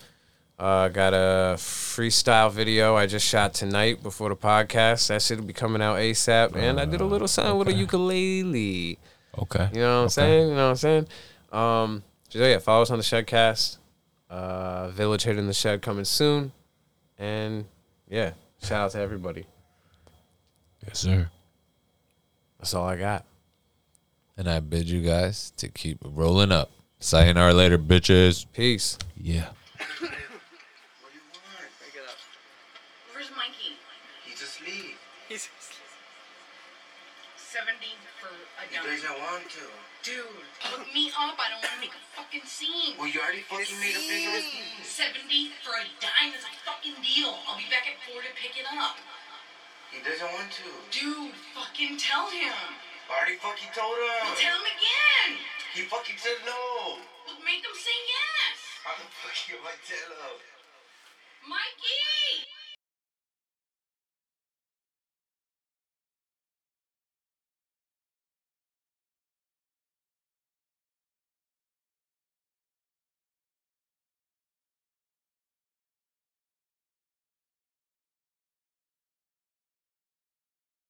Uh, got a freestyle video I just shot tonight before the podcast. That shit'll be coming out ASAP. And I did a little something with a ukulele.
Okay.
You know what I'm saying? You know what I'm saying? Um, so yeah, follow us on the Shedcast. Uh, Village Hidden in the Shed coming soon. And yeah, shout out to everybody.
Yes, sir.
That's all I got.
And I bid you guys to keep rolling up. Sayonara later, bitches.
Peace.
Yeah.
Where's Mikey? He's asleep. He's asleep. 70 for a
He
dime.
doesn't want to.
Dude, look me up. I don't want to make a fucking scene.
Well, you already fucking made a big ass
scene. 70 for a dime is a fucking deal. I'll be back at 4 to pick it up.
He doesn't want to.
Dude, fucking tell him.
I already fucking told him.
Well, tell him again.
He fucking said no.
Well, make him say yes.
How the fuck am I tell him?
Mikey!